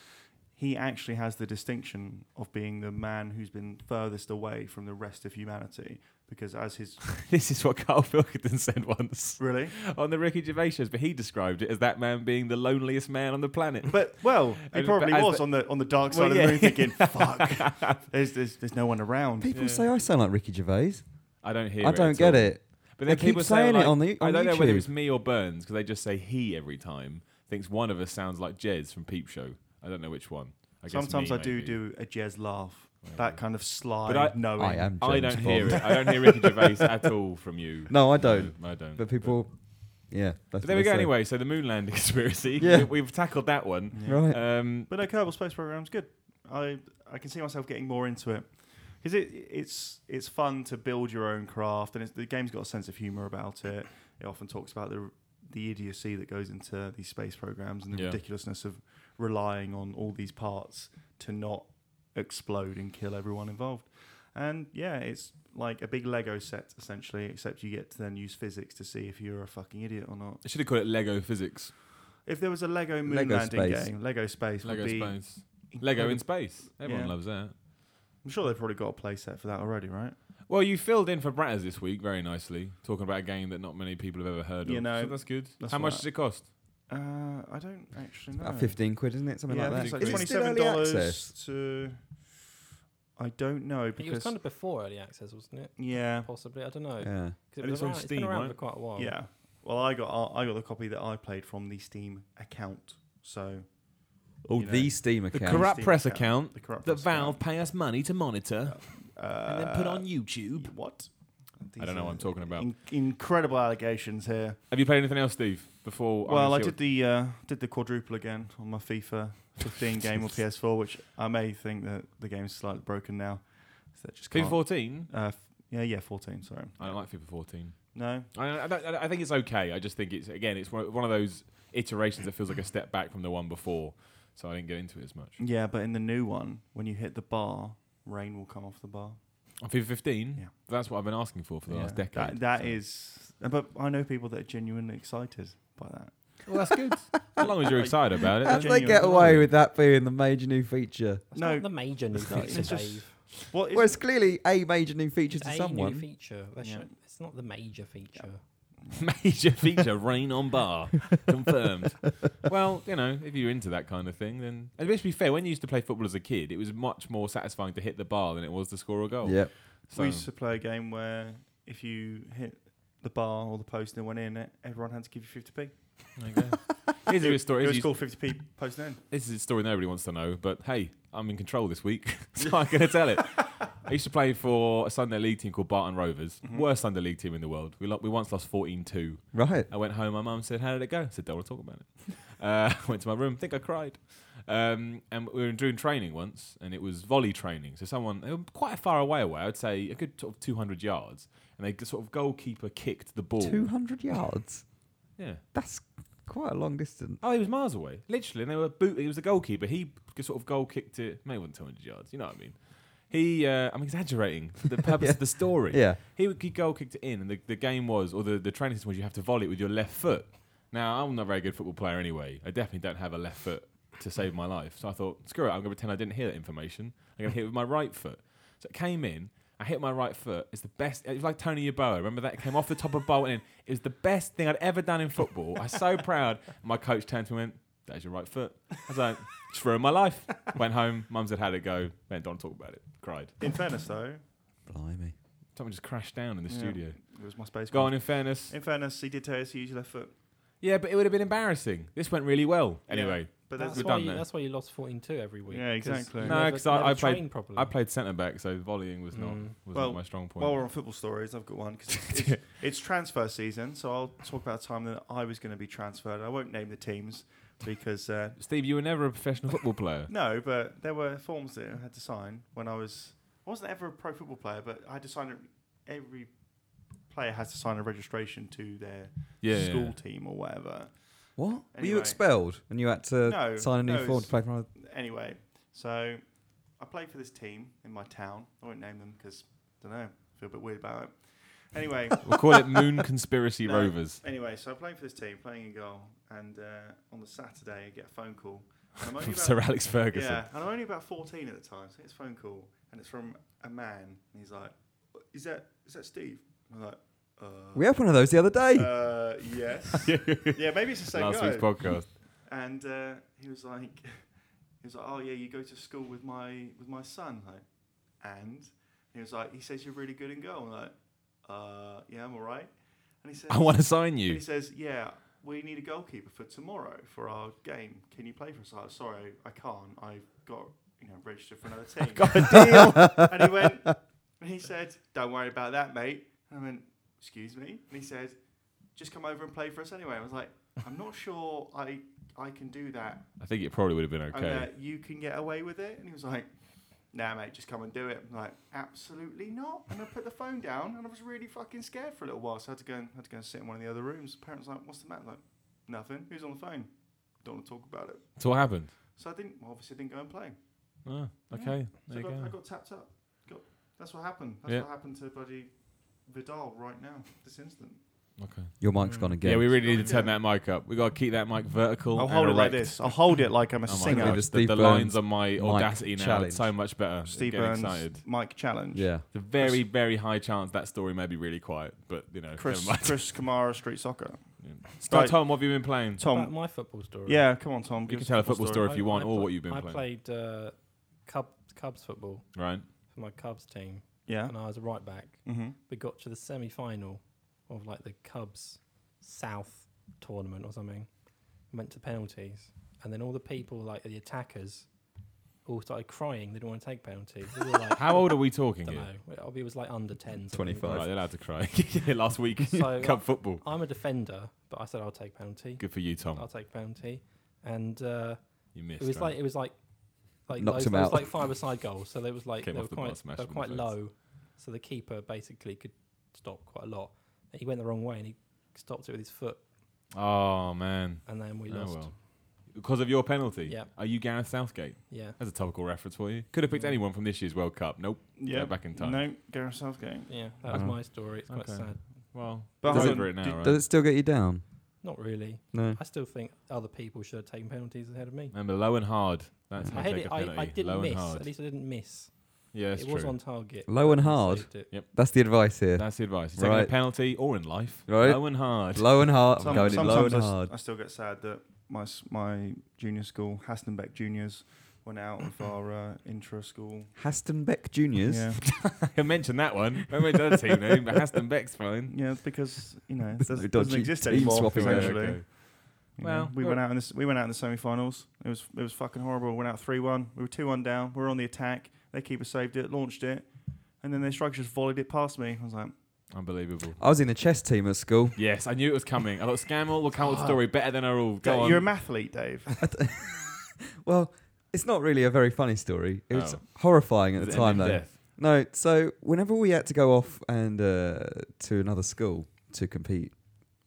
C: he actually has the distinction of being the man who's been furthest away from the rest of humanity because as his
A: this is what Carl Pilkington said once
C: really
A: on the Ricky Gervais shows, but he described it as that man being the loneliest man on the planet.
C: but well he
A: And-
C: probably
A: but as
C: was
A: the-
C: on the on the dark side
A: Well,
C: of
A: yeah.
C: the moon thinking fuck there's, there's there's no one around
B: People say I sound like Ricky Gervais.
A: I don't hear.
B: I
A: it
B: don't
A: at
B: get
A: all.
B: it.
A: But
B: They
A: then
B: keep
A: people say,
B: saying it
A: like-
B: on the-
A: I
B: on
A: don't know whether
B: YouTube.
A: it's me or Burns because they just say he every time. Thinks one of us sounds like Jez from Peep Show. I don't know which one. I guess
C: sometimes
A: me,
C: I do
A: maybe.
C: do a jazz laugh
A: Maybe.
C: that kind of sly
A: But I-
C: knowing
B: I am. James
A: I don't
B: Bond.
A: hear it. I don't hear Ricky Gervais at all from you.
B: No, I don't.
A: No, I don't.
B: But people, yeah.
A: But,
B: That's
A: there
B: what
A: we go.
B: they say.
A: Anyway, so the moon landing conspiracy.
B: Yeah.
A: we, have tackled that one.
C: Yeah.
B: Right.
A: Um,
C: But no, Kerbal Space Programme's good. I I can see myself getting more into it because it it's it's fun to build your own craft, and it's, the game's got a sense of humor about it. It often talks about the the idiocy that goes into these space programs and the
A: Yeah.
C: ridiculousness of relying on all these parts to not explode and kill everyone involved. And yeah, it's like a big Lego set essentially, except you get to then use physics to see if you're a fucking idiot or not.
A: I should have called it Lego physics.
C: If there was a Lego moon
B: Lego
C: landing
B: space.
C: game, Lego Space
A: Lego
C: would be
A: space. Lego in
C: incredible.
A: space. Everyone
C: Yeah.
A: loves that.
C: I'm sure they've probably got a playset for that already, right?
A: Well, you filled in for Bratters this week very nicely, talking about a game that not many people have ever heard
C: You
A: of.
C: know,
A: so that's good.
C: that's
A: How much
C: right.
A: does it cost?
C: Uh, I don't actually know.
B: About fifteen quid, isn't it? Something
C: yeah,
B: like
C: I
B: that.
C: think
A: Is
C: it's
A: it
C: like
B: still
C: twenty-seven
B: early access?
C: dollars to. I don't know
D: It was
C: because
D: kind of before early access, wasn't it?
C: yeah,
D: Possibly, I don't know.
B: Yeah.
D: 'Cause It
A: And
D: was
A: it's on
D: around, it's been
A: Steam,
D: around
A: right?
D: for quite a while.
C: yeah. Well, I got I got the copy that I played from the Steam account, so
B: Oh,
C: You know,
B: the Steam
A: The
B: account.
A: corrupt
C: Steam
A: press
C: account.
A: account,
C: the corrupt
A: that
C: Press
A: Valve
C: account.
A: pay us money to monitor
C: uh,
A: and then put on YouTube.
C: What?
A: I don't know what I'm talking about.
C: In- incredible allegations here.
A: Have you played anything else, Steve? Before
C: well, I
A: Iron Shield?
C: did the uh, did the quadruple again on my FIFA 15 game on PS4, which I may think that the game's slightly broken now. So that just
A: FIFA
C: can't-
A: 14.
C: Uh, f- yeah, yeah, 14. Sorry.
A: I don't like FIFA 14.
C: No.
A: I, I, don't- I think it's okay. I just think it's again, it's one one of those iterations that feels like a step back from the one before. So I didn't get into it as much.
C: Yeah, but in the new one, when you hit the bar, rain will come off the bar.
A: On FIFA 15,
C: Yeah.
A: that's what I've been asking for for the
C: Yeah,
A: last decade.
C: That, that
A: so.
C: is- uh, But I know people that are genuinely excited by that.
A: Well, that's good. as long as you're excited about it.
B: How
A: that's
B: did
C: do
B: they
C: genuine.
B: get away with that being the major new feature?
D: That's
C: No.
D: not the major new
C: not.
D: feature,
C: It's just-
D: Dave.
C: What is
B: Well, it's clearly a major new feature
D: It's
B: to
D: a new
B: someone.
D: feature. That
C: Yeah.
D: should- it's not the major feature.
A: major feature rain on bar confirmed well you know if you're into that kind of thing then and let's be fair when you used to play football as a kid it was much more satisfying to hit the bar than it was to score a
C: Oh.
A: goal
B: Yep.
A: so
C: we used to play a game where if you hit the bar or the post and it went in, it, everyone had to give you 50p.
A: there you go. here's a good story
C: It
A: Here's
C: was
A: you-
C: called 50p post in.
A: this is a story nobody wants to know but hey i'm in control this week so i'm going to tell it I used to play for a Sunday league team called Barton Rovers.
B: Mm-hmm.
A: Worst Sunday league team in the world. We, lo- we once lost 14 2.
B: Right.
A: I went home. My mum said, "How did it go?" I said, "Don't want to talk about it." Uh, went to my room. Think I cried. Um, and we were doing training once, and it was volley training. So someone they were quite far away away. I'd say a good sort of two hundred yards, and they sort of goalkeeper kicked the
C: Oh.
A: ball.
B: 200 yards.
A: Yeah.
B: That's quite a long distance.
A: Oh, he was miles away, literally. And they were boot. He was the goalkeeper. He sort of goal kicked it. Maybe it wasn't two hundred yards. You know what I mean? He, uh, I'm exaggerating for the purpose of the story.
B: Yeah.
A: He, he goal kicked it in, and the, the game was, or the, the training system was, you have to volley it with your left foot. Now, I'm not a very good football player anyway. I definitely don't have a left foot to save my life. So I thought, screw it, I'm going to pretend I didn't hear that information. I'm going to hit it with my right foot. So it came in, I hit my right foot. It's the best, it was like Tony Yeboah. Remember that? It came off the top of bowl and in. It was the best thing I'd ever done in football. I was so proud. My coach turned to me and went, that is your right foot. I was like, just ruined my life. Went home, mum said, how'd it go? Went, don't talk about it. Cried.
C: In fairness, though,
B: Blimey.
A: Something just crashed down in the
C: Yeah.
A: studio.
C: it was my space.
A: Go
C: call.
A: on, in fairness.
C: In fairness, he did tell us to use your left foot.
A: Yeah, but it would have been embarrassing. This went really well. Anyway,
C: But
D: that's,
C: that's
A: we've
D: why
A: done
D: you,
A: that.
D: that's why you lost 14-2 every week.
C: Yeah,
D: 'cause
C: exactly.
D: you
A: No,
D: never-
A: 'cause I-
D: never
A: I played-
D: trained properly.
A: I played centre back, so volleying was not
D: Mm.
A: was
C: Well,
A: not my strong point.
C: while we're on football stories, I've got one because it's, it's, it's transfer season. So I'll talk about a time that I was going to be transferred. I won't name the teams because uh,
A: Steve, you were never a professional football player.
C: no, but there were forms that I had to sign when I was. I wasn't ever a pro football player, but I had to sign. A, every player has to sign a registration to their
A: Yeah, yeah,
C: school
A: yeah.
C: team or whatever.
B: What? Were you
C: Anyway.
B: expelled and you had to
C: No,
B: Uh, sign a new
C: no,
B: form
C: it's-
B: to play for another?
C: Anyway, so I played for this team in my town. I won't name them because I don't know. Feel a bit weird about it. Anyway,
A: We'll call it Moon Conspiracy
C: No.
A: Rovers.
C: Anyway, so I'm playing for this team, playing in goal, and uh, on the Saturday I get a phone call. And I'm only
A: From
C: about,
A: Sir Alex Ferguson.
C: yeah, and I'm only about 14 at the time, so it's a phone call, and it's from a man, and he's like, "Is that is that Steve?" And I'm like, uh,
B: We had one of those the other day.
C: uh, yes, yeah, maybe it's the same
A: Last
C: guy."
A: week's podcast.
C: and uh, he was like, he was like, oh yeah, you go to school with my with my son, like, and he was like, he says you're really good in goal, I'm like, uh, yeah, I'm alright, and he says,
A: I want to sign
C: and
A: you.
C: he says, yeah, we need a goalkeeper for tomorrow for our game. Can you play for us? I was, sorry, I can't. I've got you know registered for another team.
A: Got a deal.
C: and he went, and he said, don't worry about that, mate. And I went, excuse me. And he said, just come over and play for us anyway. I was like, I'm not sure I I can do that
A: I think it probably would have been
C: and
A: okay.
C: that you can get away with it. And he was like, nah, mate, just come and do it. I'm like, absolutely not. And I put the phone down and I was really fucking scared for a little while. So I had to go and, had to go and sit in one of the other rooms. Parents were like, what's the matter? I'm like, nothing. Who's on the phone? Don't want to talk about it.
A: So what happened?
C: So I didn't, well, obviously, I didn't go and play.
A: Oh, okay.
C: So
A: There
C: I
A: you
C: got,
A: go.
C: I got tapped up. Got, that's what happened. That's
A: Yeah.
C: what happened to bloody Vidal right now, this instant.
B: Your mic's
C: mm.
B: gone again.
A: Yeah, we really need to turn that mic up. We got to keep that mic vertical. and erect.
C: I'll hold it like I'm a
A: Oh my
B: singer.
A: God,
B: The
A: The,
B: Steve
A: the lines
B: Burns
A: on my
B: mic
A: audacity now are
B: challenge.
A: so much better. I'm
C: Steve
A: getting
C: Burns,
A: excited.
C: Mike Challenge.
B: Yeah.
A: It's a very, very high chance that story may be really quiet, but you know,
C: Chris,
A: never mind.
C: Chris Kamara, Street Soccer.
A: Yeah. Start,
C: Right.
A: Tom, what have you been playing?
D: About
C: Tom.
D: my football story.
C: Yeah, come on, Tom.
A: You
C: give
A: can
C: us
A: tell a football story if you
D: I-
A: want,
D: I
A: or
D: pl-
A: what you've been
D: I
A: playing.
D: played uh, Cub, Cubs football
A: Right?
D: for my Cubs team,
C: Yeah.
D: and I was a right back.
C: Mm-hmm.
D: We got to the semi-final of like the Cubs South tournament or something. Went to penalties, and then all the people like the attackers all started crying. They didn't want to take penalties. They were like,
A: How old are we talking
D: don't
A: here?
D: know. Well, It was like under ten. something.
B: 25.
A: Right, they're allowed to cry. Last week,
D: So, uh,
A: cup football.
D: I'm a defender, but I said I'll take penalty.
A: Good for you, Tom.
D: I'll take penalty, and. Uh,
A: You missed.
D: It was
A: right?
D: like it was like like
B: Knocked
D: lows,
B: him
D: it was
B: out.
D: like five side goals, so they was like
A: Came
D: they
A: off
D: were
A: the bar,
D: quite
A: smashed
D: they were
A: him in
D: quite
A: the face.
D: low, so the keeper basically could stop quite a lot. And he went the wrong way and he stopped it with his foot,
A: oh man.
D: and then we
A: oh
D: lost.
A: well. Because of your penalty.
D: Yeah.
A: Are you Gareth Southgate?
D: Yeah,
A: That's a topical reference for you. Could have picked
D: Yeah.
A: anyone from this year's World Cup. Nope.
C: Yeah.
A: Go back in time.
C: No, Gareth Southgate.
D: yeah, that was
B: Uh-huh.
D: my story. It's quite
A: Okay.
D: sad.
A: Well,
C: But
A: we're
C: hold
A: over
C: on,
A: it now,
C: did-
A: right?
B: Does it still get you down?
D: Not really.
B: No.
D: I still think other people should have taken penalties ahead of me.
A: Remember, low and hard. That's how
D: I
A: you
D: had
A: take
D: it.
A: a
D: I,
A: penalty.
D: I didn't
A: low
D: miss.
A: and hard.
D: At least I didn't miss.
A: yeah, that's
D: it
A: true.
D: was on target.
B: Low and
D: I
B: hard.
D: saved it.
B: That's the advice here.
A: That's the advice. You're taking a
B: Right.
A: penalty or in life.
B: Right.
A: Low and hard.
B: Low and hard.
C: Some-
B: I'm going in low
C: sometimes
B: and
C: I s-
B: hard.
C: I still get sad that my s- my junior school, Hastenbeck Juniors, went out of our uh, intra school.
B: Haston Beck Juniors.
C: Yeah,
A: I mentioned that one. I mentioned that team name, but Haston Beck's fine.
C: yeah, because you know
B: There's
C: does,
B: no
C: doesn't
B: dodgy
C: exist
B: team
C: anymore.
B: swapping there,
C: Essentially,
A: okay.
C: You know,
A: Well,
C: we
A: we're-
C: went out in this. We went out in the semi-finals. It was it was fucking horrible. We went out three one. We were two one down. We were on the attack. Their keeper saved it, launched it. and then their striker just volleyed it past me. I was like,
A: Unbelievable.
B: I was in the chess team at school.
A: Yes, I knew it was coming. I thought Scammell will count the story better than her all. Go on.
C: Ah. "You're a mathlete, Dave."
B: Well, it's not really a very funny story. It was
A: Oh.
B: horrifying at
A: Does
B: the
A: it end
B: time,
A: in
B: though.
A: death?
B: No, so whenever we had to go off and uh, to another school to compete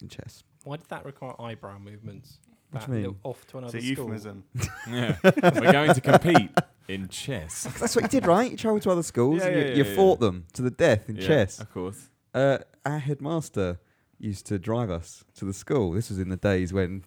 B: in chess,
D: Why did that require eyebrow movements?
B: What
D: That
B: do you
D: little
B: mean?
D: Off to
C: it's
D: another
C: a
D: school.
C: euphemism.
A: Yeah. We're going to compete in chess.
B: 'Cause that's what you did, right? You travelled to other schools
A: Yeah,
B: and you,
A: yeah,
B: you
A: yeah,
B: fought them to the death in
A: Yeah,
B: chess.
A: Of course.
B: Uh, our headmaster used to drive us to the school. This was in the days when,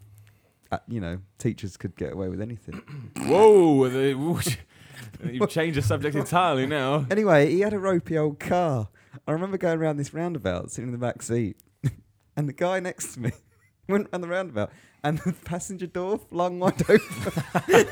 B: uh, you know, teachers could get away with anything.
A: Whoa. the- whoosh. You've changed the subject entirely now.
B: Anyway, he had a ropey old car. I remember going round this roundabout, sitting in the back seat, and the guy next to me went round the roundabout, and the passenger door flung wide open.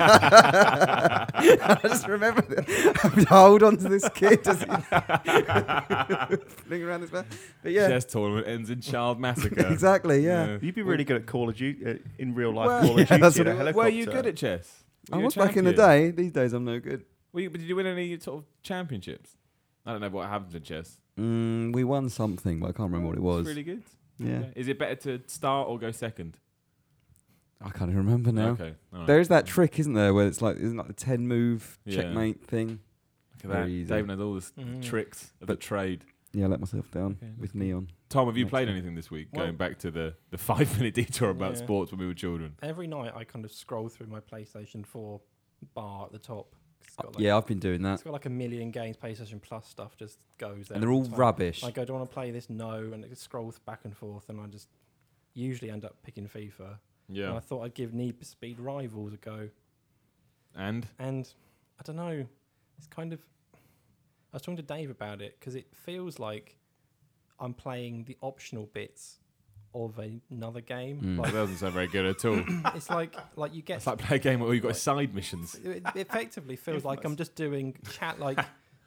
B: I just remember that. having to hold on to this kid as he fling around this man. But yeah,
A: Chess tournament ends in child massacre.
B: exactly, yeah.
C: You'd be really good at Call of Duty uh, in real life.
A: Well,
C: Call of
B: yeah,
C: Duty
B: that's
C: in a
B: what it
A: Were you good
C: helicopter.
A: at chess? Were
B: I
A: you a
B: was back in the
A: champion?
B: day. These days, I'm no good.
A: Were you, but did you win any sort of championships? I don't know what happens in chess.
B: Mm, we won something, but I can't remember what it was.
A: It's really good.
B: yeah.
A: Is it better to start or go second?
B: I can't even remember now.
A: Okay. all right.
B: There is that trick, isn't there, where it's like isn't like the ten move
A: Yeah.
B: checkmate thing.
A: Look at that.
B: Very easy.
A: Dave knows all the s-
D: Mm.
A: tricks of the
B: But-
A: trade.
B: Yeah, I let myself down
A: Okay,
B: with neon.
A: Tom, have you
B: Makes
A: played
B: sense.
A: anything this week?
D: Well-
A: going back to the, the five minute detour about
D: Yeah.
A: sports when we were children.
D: Every night I kind of scroll through my PlayStation 4 bar at the top. 'cause It's got like,
B: yeah, I've been doing that,
D: It's got like a million games, PlayStation Plus stuff just goes there.
B: and they're all
D: the time.
B: rubbish.
D: Like, I don't want to play this, no, and it scrolls back and forth, and I just usually end up picking FIFA. And
A: Yeah.
D: I thought I'd give Need for Speed Rivals a go.
A: And
D: And I don't know, it's kind of. I was talking to Dave about it because it feels like I'm playing the optional bits of a- another game.
B: Mm.
A: that
D: Like,
A: doesn't sound very good at all.
D: it's like like you get
A: it's like play a game where you've got side missions.
D: it it effectively feels like I'm just doing chat like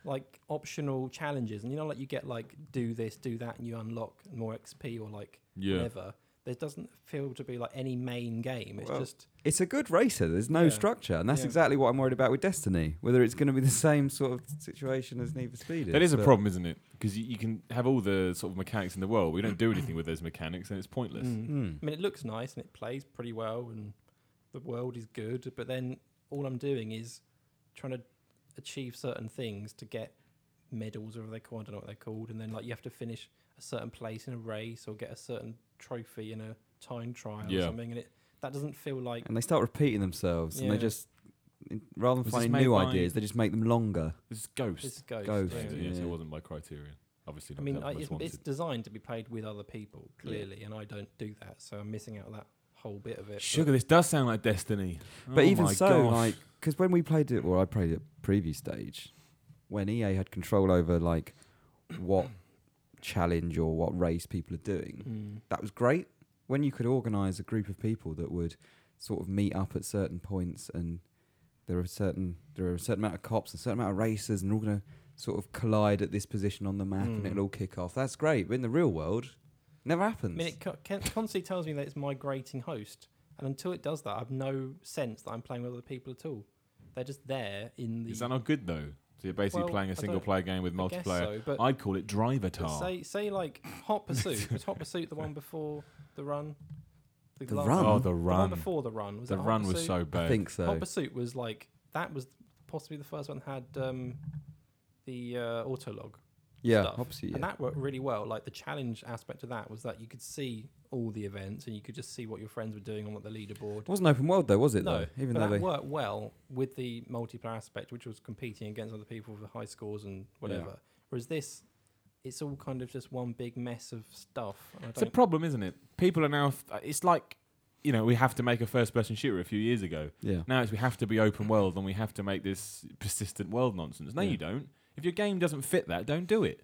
D: like optional challenges, and you know, like you get like do this, do that, and you unlock more XP or like
A: Yeah.
D: whatever. There doesn't feel to be like any main game. It's
B: Well,
D: just
B: it's a good racer. There's no
D: Yeah.
B: structure, and that's
D: Yeah.
B: exactly what I'm worried about with Destiny. Whether it's going to be the same sort of situation as Need for Speed.
A: That is a
B: but-
A: problem, isn't it? Because you, you can have all the sort of mechanics in the world. We don't do anything with those mechanics, and it's pointless.
D: Mm.
B: Mm.
D: I mean, it looks nice and it plays pretty well, and the world is good. But then all I'm doing is trying to achieve certain things to get medals, or whatever they're called. I don't know what they're called. And then like you have to finish a certain place in a race, or get a certain trophy in a time trial or
A: Yeah.
D: something. And it that doesn't feel like
B: And they start repeating themselves, and they
D: Yeah.
B: just rather
A: Was
B: than
A: this
B: finding
A: made
B: new
A: by-
B: ideas, they just make them longer.
A: It's Ghost.
D: it's ghost.
B: Ghost,
A: Yes,
D: yeah.
B: yeah.
A: it wasn't by Criterion. Obviously,
D: I
A: not
D: mean,
A: that
D: I,
A: much
D: it's,
A: wanted.
D: it's designed to be played with other people clearly, and I don't do that, so I'm missing out on that whole bit of it. but-
A: Sugar, this does sound like Destiny.
B: But
A: Oh
B: even
A: my
B: so,
A: gosh.
B: like, because when we played it, or I played it preview stage, when EA had control over like what challenge or what race people are doing,
D: Mm.
B: that was great. When you could organise a group of people that would sort of meet up at certain points, and there are certain there are a certain amount of cops, a certain amount of racers, and they're all going to sort of collide at this position on the map, and
D: Mm.
A: Hmm.
B: it'll all kick off. That's great. But in the real world, never
D: I
B: happens.
D: mean, it co- can- constantly tells me that it's migrating host, and until it does that, I've no sense that I'm playing with other people at all. They're just there in the.
A: is that not good though? So you're basically
D: Well,
A: playing
D: I
A: a
D: don't-
A: single player game with
D: I guess
A: multiplayer.
D: so, but
A: I'd call it Driver
D: but
A: Tar.
D: say say like Hot Pursuit was Hot Pursuit the one before the run.
B: The
D: last-
B: Run?
A: oh, the
D: The one
A: run!
D: before the run was
A: the
D: it Hot
A: run was
D: Pursuit?
A: so
B: I
A: bad.
B: think so.
D: Hot Pursuit was like that was possibly the first one that had um, the uh, autolog.
B: Yeah,
D: stuff.
B: opposite. Yeah.
D: And that worked really well. Like the challenge aspect of that was that you could see all the events and you could just see what your friends were doing on what the leaderboard.
B: It wasn't open world though, was it?
D: No,
B: though, even
D: but
B: though
D: that
B: they
D: worked well with the multiplayer aspect, which was competing against other people for high scores and whatever. Whereas this, it's all kind of just one big mess of stuff. and I
A: It's a
D: don't-
A: problem, isn't it? People are now. F- it's like, you know, we have to make a first-person shooter a few years ago.
B: yeah.
A: Now it's we have to be open world and we have to make this persistent world nonsense. No,
B: Yeah.
A: you don't. If your game doesn't fit that, don't do it.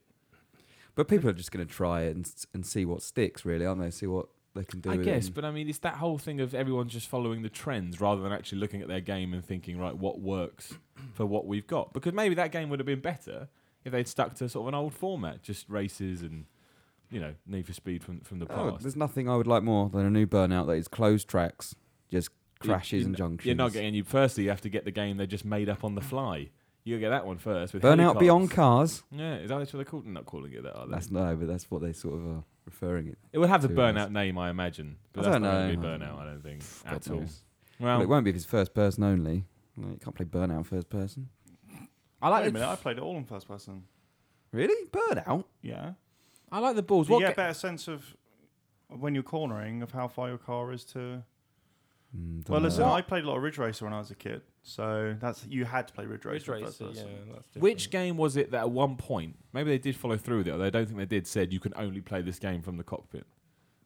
B: But people are just going to try it and s- and see what sticks, really, aren't they? See what they can do.
A: I
B: with
A: guess,
B: it.
A: but I mean, it's that whole thing of everyone's just following the trends rather than actually looking at their game and thinking, right, what works for what we've got? Because maybe that game would have been better if they'd stuck to sort of an old format, just races and you know Need for Speed from from the
B: Oh,
A: past.
B: there's nothing I would like more than a new burnout that is closed tracks, just crashes
A: you-
B: and junctions.
A: You're not getting you. Firstly, you have to get the game they just made up on the fly. You get that one first. With
B: Burnout
A: helicopters.
B: Beyond Cars.
A: Yeah, is that what they're calling? Not calling it that. Are they?
B: That's no, but that's what they sort of are referring it.
A: it would have the
B: Who
A: burnout name, I imagine. But
B: I
A: that's
B: don't
A: not gonna
B: know.
A: Be burnout, I don't think
B: God
A: at all.
B: knows. Well, it
A: Well,
B: won't be if it's first person only. Like, you can't play Burnout first person.
A: I
C: Wait a
A: like
C: minute,
A: the,
C: I played it all in first person.
B: Really? Burnout?
C: Yeah.
A: I like the balls.
C: Do you
A: What
C: get a
A: ga-
C: better sense of when you're cornering of how far your car is to.
B: Mm, don't
C: Well,
B: know.
C: listen, I played a lot of Ridge Racer when I was a kid, so that's you had to play Ridge
D: Ridge
C: Racer. in
D: Racer, yeah,
C: first person.
D: that's
A: Which
D: different.
A: game was it that at one point maybe they did follow through with it, although I don't think they did. Said you can only play this game from the cockpit,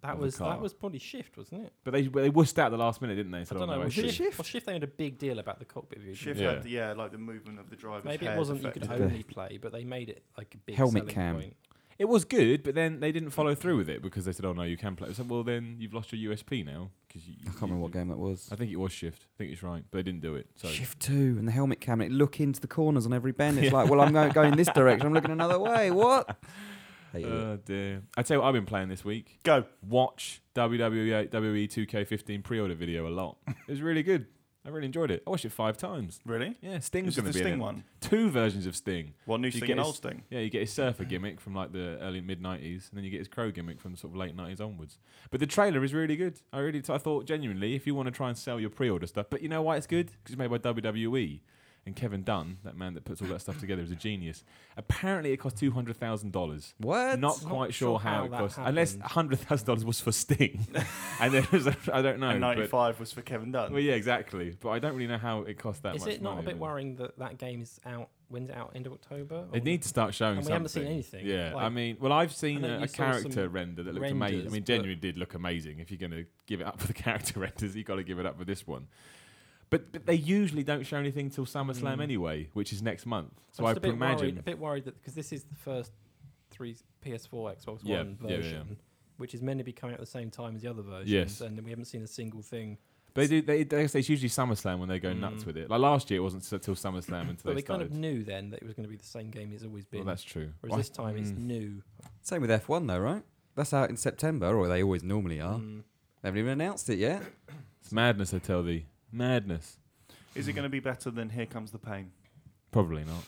D: That
A: of a
D: was
A: car?
D: that was probably Shift, wasn't it?
A: but they but they wussed out at the last minute, didn't they? Said, "Oh,
D: I don't know.
A: no,
D: Well,
A: actually."
D: Shift,
B: Shift?
D: well, Shift they had a big deal about the cockpit view. didn't
C: Shift
D: they?
A: Yeah.
C: had, the- yeah, like the movement of the driver's
D: Maybe
C: head
D: it wasn't. You
C: affected
D: could
B: the-
D: only play, but they made it like a big
B: Helmet
D: selling
B: cam.
D: Point.
A: It was good, but then they didn't follow through with it because they said, "Oh no, you can play." I said, "Well, then you've lost your USP now because you."
B: I can't remember what game that was.
A: I think it was Shift. I think it's right, but they didn't do it. So
B: Shift two and the helmet cam. It look into the corners on every bend. It's like, well, I'm going, going this direction. I'm looking another way. What? Hated it.
A: Oh dear! I tell you what, I've been playing this week.
C: Go.
A: Watch E, WWE 2K15 pre-order video a lot. it was really good. I really enjoyed it. I watched it five times.
C: Really?
A: Yeah,
C: Is
A: Sting's
C: it
A: going
C: the
A: to be in
C: Sting
A: it.
C: one?
A: Two versions of Sting.
C: Well, new
A: You
C: Sting
A: get
C: and
A: his-
C: old Sting.
A: Yeah, you get his surfer gimmick from like the early mid '90s, and then you get his crow gimmick from sort of late '90s onwards. But the trailer is really good. I really, t- I thought genuinely, if you want to try and sell your pre-order stuff, but you know why it's good? Because it's made by WWE, and Kevin Dunn, that man that puts all that stuff together, is a genius. Apparently, it cost two hundred thousand dollars.
B: What?
A: Not
D: Not
A: quite sure
D: sure
A: how,
D: how
A: it
D: that
A: cost, unless
D: happened.
A: hundred thousand dollars was for Sting, and then it was, I don't know.
C: and
A: but-
C: 95 was for Kevin Dunn.
A: well, yeah, exactly. But I don't really know how it cost that
D: Is
A: much.
D: it not a
A: money,
D: bit
A: but-
D: worrying that that game is out? When's it out? End of October?
A: They
D: Or-
A: need to start showing
D: And we
A: something.
D: haven't seen anything.
A: Yeah, I
D: Like-
A: mean, well, I've seen
D: know
A: a,
D: you
A: a
D: saw some
A: character render that looked amazing. I
D: renders,
A: mean,
D: but-
A: genuinely did look amazing. If you're going to give it up for the character renders, you've got to give it up for this one. But, but they usually don't show anything till SummerSlam
D: Mm.
A: anyway, which is next month. So
D: I'm
A: I
D: just a bit
A: imagine.
D: worried, a bit worried that because this is the first three PS4, Xbox
A: Yeah,
D: One
A: yeah, yeah, yeah.
D: version, which is meant to be coming out at the same time as the other versions.
A: Yes.
D: and we haven't seen a single thing.
A: They do. They, they say it's usually SummerSlam when they go nuts
D: Mm.
A: with it. Like last year, it wasn't s- till SummerSlam until
D: But
A: they
D: we kind
A: started.
D: of knew then that it was going to be the same game it's always
A: well,
D: been.
A: that's true.
D: Whereas
A: Well, I-
D: this time it's
A: mm.
D: new.
B: Same with F1 though, right? That's out in September, or they always normally are.
D: Mm.
B: They haven't even announced it yet.
A: it's madness. I tell thee, madness.
C: Is it going to be better than Here Comes the Pain?
A: Probably not.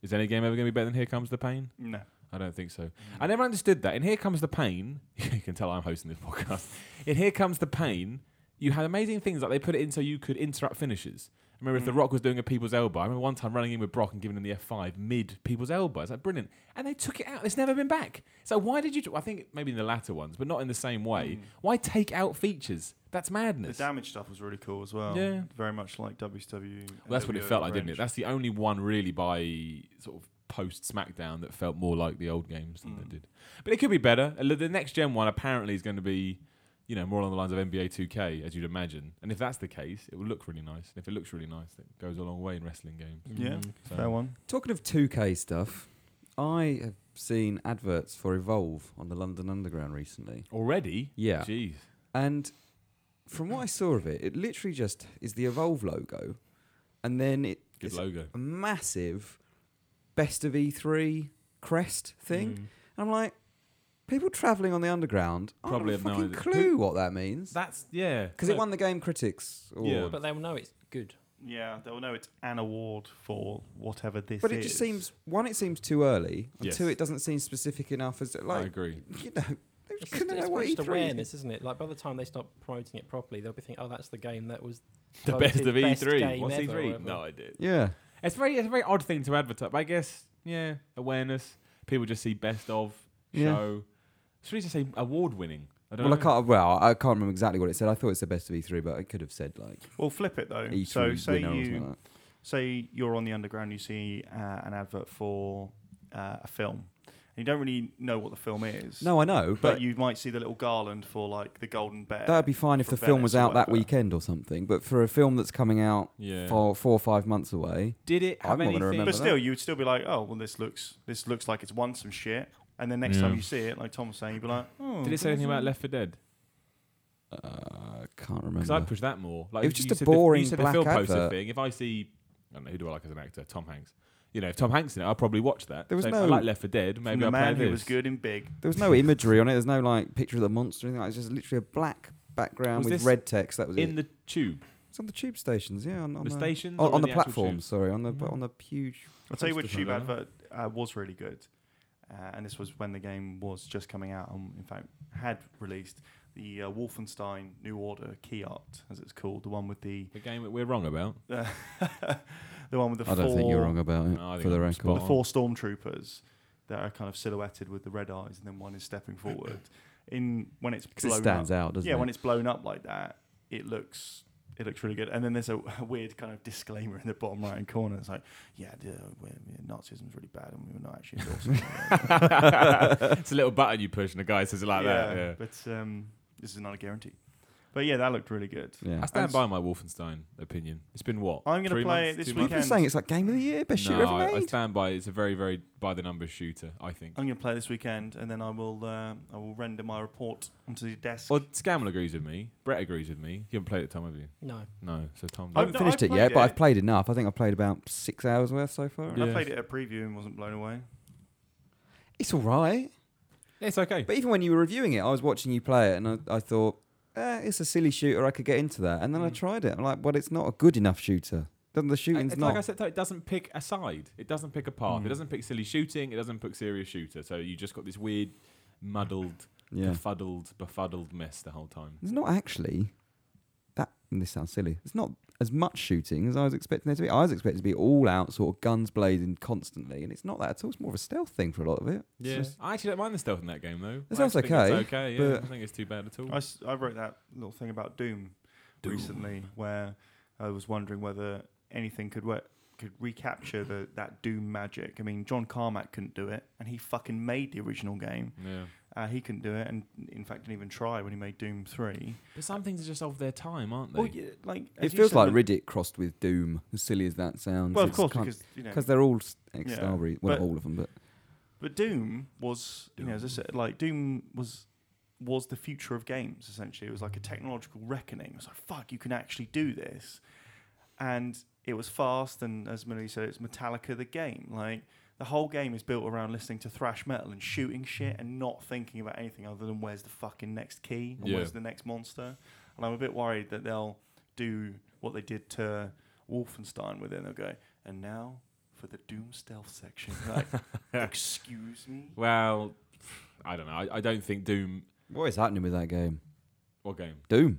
A: Is any game ever going to be better than Here Comes the Pain?
C: No.
A: I don't think
C: Mm.
A: so. I never understood that. And here comes the pain. you can tell I'm hosting this podcast. In here comes the pain. You had amazing things like they put it in so you could interrupt finishes. I remember if The
C: Mm.
A: Rock was doing a people's elbow. I remember one time running in with Brock and giving him the F5 mid people's elbow. It's like brilliant. And they took it out. It's never been back. So why did you? do- I think maybe in the latter ones, but not in the same way.
C: Mm.
A: Why take out features? That's
C: The
A: madness.
C: damage stuff was really cool as well.
A: Yeah.
C: Very much like E WCW.
A: Well, that's what it
C: WWF
A: felt like, didn't it?
C: range.
A: That's the only one really by sort of post SmackDown that felt more like the old games than
C: Mm.
A: they did. But it could be better. And The next gen one apparently is going to be, you know, more along the lines of NBA 2K, as you'd imagine. And if that's the case, it will look really nice. And if it looks really nice, it goes a long way in wrestling games.
C: Yeah.
D: Mm.
A: So-
C: Fair one.
B: Talking of 2K stuff, I have seen adverts for Evolve on the London Underground recently.
A: Already?
B: Yeah.
A: Jeez.
B: And from what I saw of it, it literally just is the Evolve logo, and then it
A: Good
B: it's
A: logo.
B: a massive best of E3 crest thing.
D: Mm.
B: And I'm like, people travelling on the underground
A: Probably
B: probably have
A: have no
B: fucking
A: idea.
B: clue what that means
A: That's, yeah.
B: because it won the Game Critics
A: Yeah.
B: Award.
D: But they'll know it's good.
C: Mm. Yeah, they'll know it's an award for whatever this
B: But
C: is.
B: it just seems one, it seems too early, and
A: Yes.
B: two, it doesn't seem specific enough as
A: I
B: like
A: agree.
B: you know, they
D: It's, just,
B: couldn't
D: it's
B: know what
A: E
B: E3
D: just awareness,
B: is.
D: isn't it? Like by the time they start promoting it properly, they'll be thinking, "Oh, that's the game that was
A: The
D: voted
A: best of
D: best
A: E3.
D: game
A: What's E
D: ever," or
A: E3?
D: whatever.
A: No idea.
B: Yeah,
A: It's very it's a very odd thing to advertise. But I guess yeah, awareness. People just see best of
B: Yeah.
A: show. Should we just say award winning? I don't
B: well, I
A: know.
B: can't. Well, I can't remember exactly what it said. I thought it said best of E3, but I could have said like
C: Well, flip it though.
A: E
B: E3
C: so say
B: winner or
C: you
B: something like that.
C: say you're on the underground, you see uh, an advert for uh, a film, and you don't really know what the film is.
B: No, I know,
C: but,
B: but
C: you might see the little garland for like the Golden Bear.
B: that'd be fine if
C: for
B: the film
C: Venice
B: was
C: or
B: out that
C: whatever.
B: weekend or something. But for a film that's coming out
A: Yeah.
B: for four or five months away,
A: Did it
B: I'm
A: have
B: not gonna
A: anything?
B: remember
C: but
B: that.
C: still, you would still be like, oh, well, this looks this looks like it's won some shit. And then next
A: Yeah.
C: time you see it, like Tom was saying, you'd be like, oh,
A: Did it say anything about Left 4 Dead?
B: uh, can't
A: Because I
B: remember.
A: push that more. Like
B: It was
A: you
B: just a
A: said the- you
B: boring
A: said
B: black
A: the film poster
B: advert.
A: thing. If I see, I don't know who do I like as an actor? Tom Hanks. You know, if Tom Hanks in it, I'll probably watch that.
B: There was
A: so if I
B: no-
A: like Left 4 Dead. Maybe
C: From the
A: I'll
C: man
A: play
C: who
A: this.
C: was good and big.
B: There was no imagery on it. There's no like picture of the monster. or anything. like that. It's just literally a black background
A: Was
B: with
A: this
B: red text. That was
A: in
B: it.
A: the tube.
B: It's on the tube stations, yeah. On, on
A: the stations
B: on,
A: or
B: on
A: in
B: the,
A: actual
B: platform,
A: tubes?
B: sorry, on the
A: Mhm.
B: on the huge.
C: I'll tell you what
B: Poster
C: tube
B: photo.
C: advert uh, was really good, uh, and this was when the game was just coming out, and in fact had released the uh, Wolfenstein New Order key art, as it's called, the one with the
A: The game that we're wrong about.
C: the one with the
B: I
C: four
B: don't think you're wrong about it.
A: No, I think
B: for the
A: I'm
B: record,
A: spot
C: the
A: on.
C: four stormtroopers that are kind of silhouetted with the red eyes, and then one is stepping forward. In when it's
B: 'Cause it
C: blown
B: stands
C: up,
B: out, doesn't
C: yeah,
B: it?
C: when it's blown up like that, it looks it looks really good. And then there's a, weird kind of disclaimer in the bottom right hand corner. It's like, yeah, the, we yeah, Nazism's really bad, and we were not actually endorsing. it.
A: it's a little button you push, and the guy says it like that. Yeah.
C: But um, this is not a guarantee. But yeah, that looked really good.
B: yeah.
A: I stand
C: And-
A: by my Wolfenstein opinion. It's been what?
C: I'm gonna
A: three
C: play
A: months,
C: it this
A: two
B: People
A: months?
C: weekend.
B: saying it's like game of the year, best shooter
A: no,
B: ever
A: I, I
B: made.
A: stand by. It's a very, very by the numbers shooter. I think.
C: I'm going to play this weekend, and then I will uh, I will render my report onto the desk.
A: Well, Scammel agrees with me. Brett agrees with me. You haven't played it, Tom, have you?
D: No.
A: No. So Tom.
B: I haven't
C: No,
B: finished
C: I
B: it yet,
C: played
B: but
C: it.
B: I've played enough. I think I've played about six hours worth so far.
A: Yeah.
C: I played it at preview and wasn't blown away.
B: It's all right.
A: It's okay.
B: But even when you were reviewing it, I was watching you play it, and I, I thought, eh, it's a silly shooter. I could get into that. And then I
C: Mm.
B: tried it. I'm like, well, it's not a good enough shooter. Then the
A: I-
B: shooting's
A: it's
B: not.
A: like I said, though, it doesn't pick a side. It doesn't pick a path.
C: Mm.
A: It doesn't pick silly shooting. It doesn't pick serious shooter. So you just got this weird, muddled,
B: yeah.
A: befuddled, befuddled mess the whole time.
B: There's not actually that. And this sounds silly. It's not as much shooting as I was expecting there to be. I was expecting it to be all out, sort of guns blazing constantly, and it's not that at all. It's more of a stealth thing for a lot of it. It's just-
A: I actually don't mind the stealth in that game though.
B: It
A: I
B: sounds
A: actually think
B: okay,
A: It's okay. Yeah, I
B: but-
A: don't think it's too bad at all.
C: I, s- I wrote that little thing about Doom,
A: Doom.
C: recently, where I was wondering whether anything could work, could recapture the, that Doom magic. I mean, John Carmack couldn't do it, and he fucking made the original game.
A: yeah.
C: Uh, he couldn't do it, and in fact didn't even try when he made Doom Three.
A: But some things are just of their time, aren't they?
C: Well, yeah, like
B: it
C: as you
B: feels
C: said,
B: like
C: the-
B: Riddick crossed with Doom. As silly as that sounds.
C: Well, of
B: it's
C: course,
B: kind-
C: because you know,
B: because they're all s- ex-Starbury. well,
C: but-
B: all of them, but
C: But Doom was, you know, as I
A: Doom.
C: said, like Doom was was the future of games. Essentially, it was like a technological reckoning. It was like, fuck, you can actually do this, and it was fast. And as Millie said, it's Metallica the game. Like the whole game is built around listening to thrash metal and shooting shit and not thinking about anything other than where's the fucking next key and
A: Yeah.
C: where's the next monster. And I'm a bit worried that they'll do what they did to Wolfenstein with it. And they'll go, and now for the Doom stealth section. Like, excuse me.
A: Well, I don't know. I, I don't think Doom.
B: what is happening with that game?
A: What game?
B: Doom.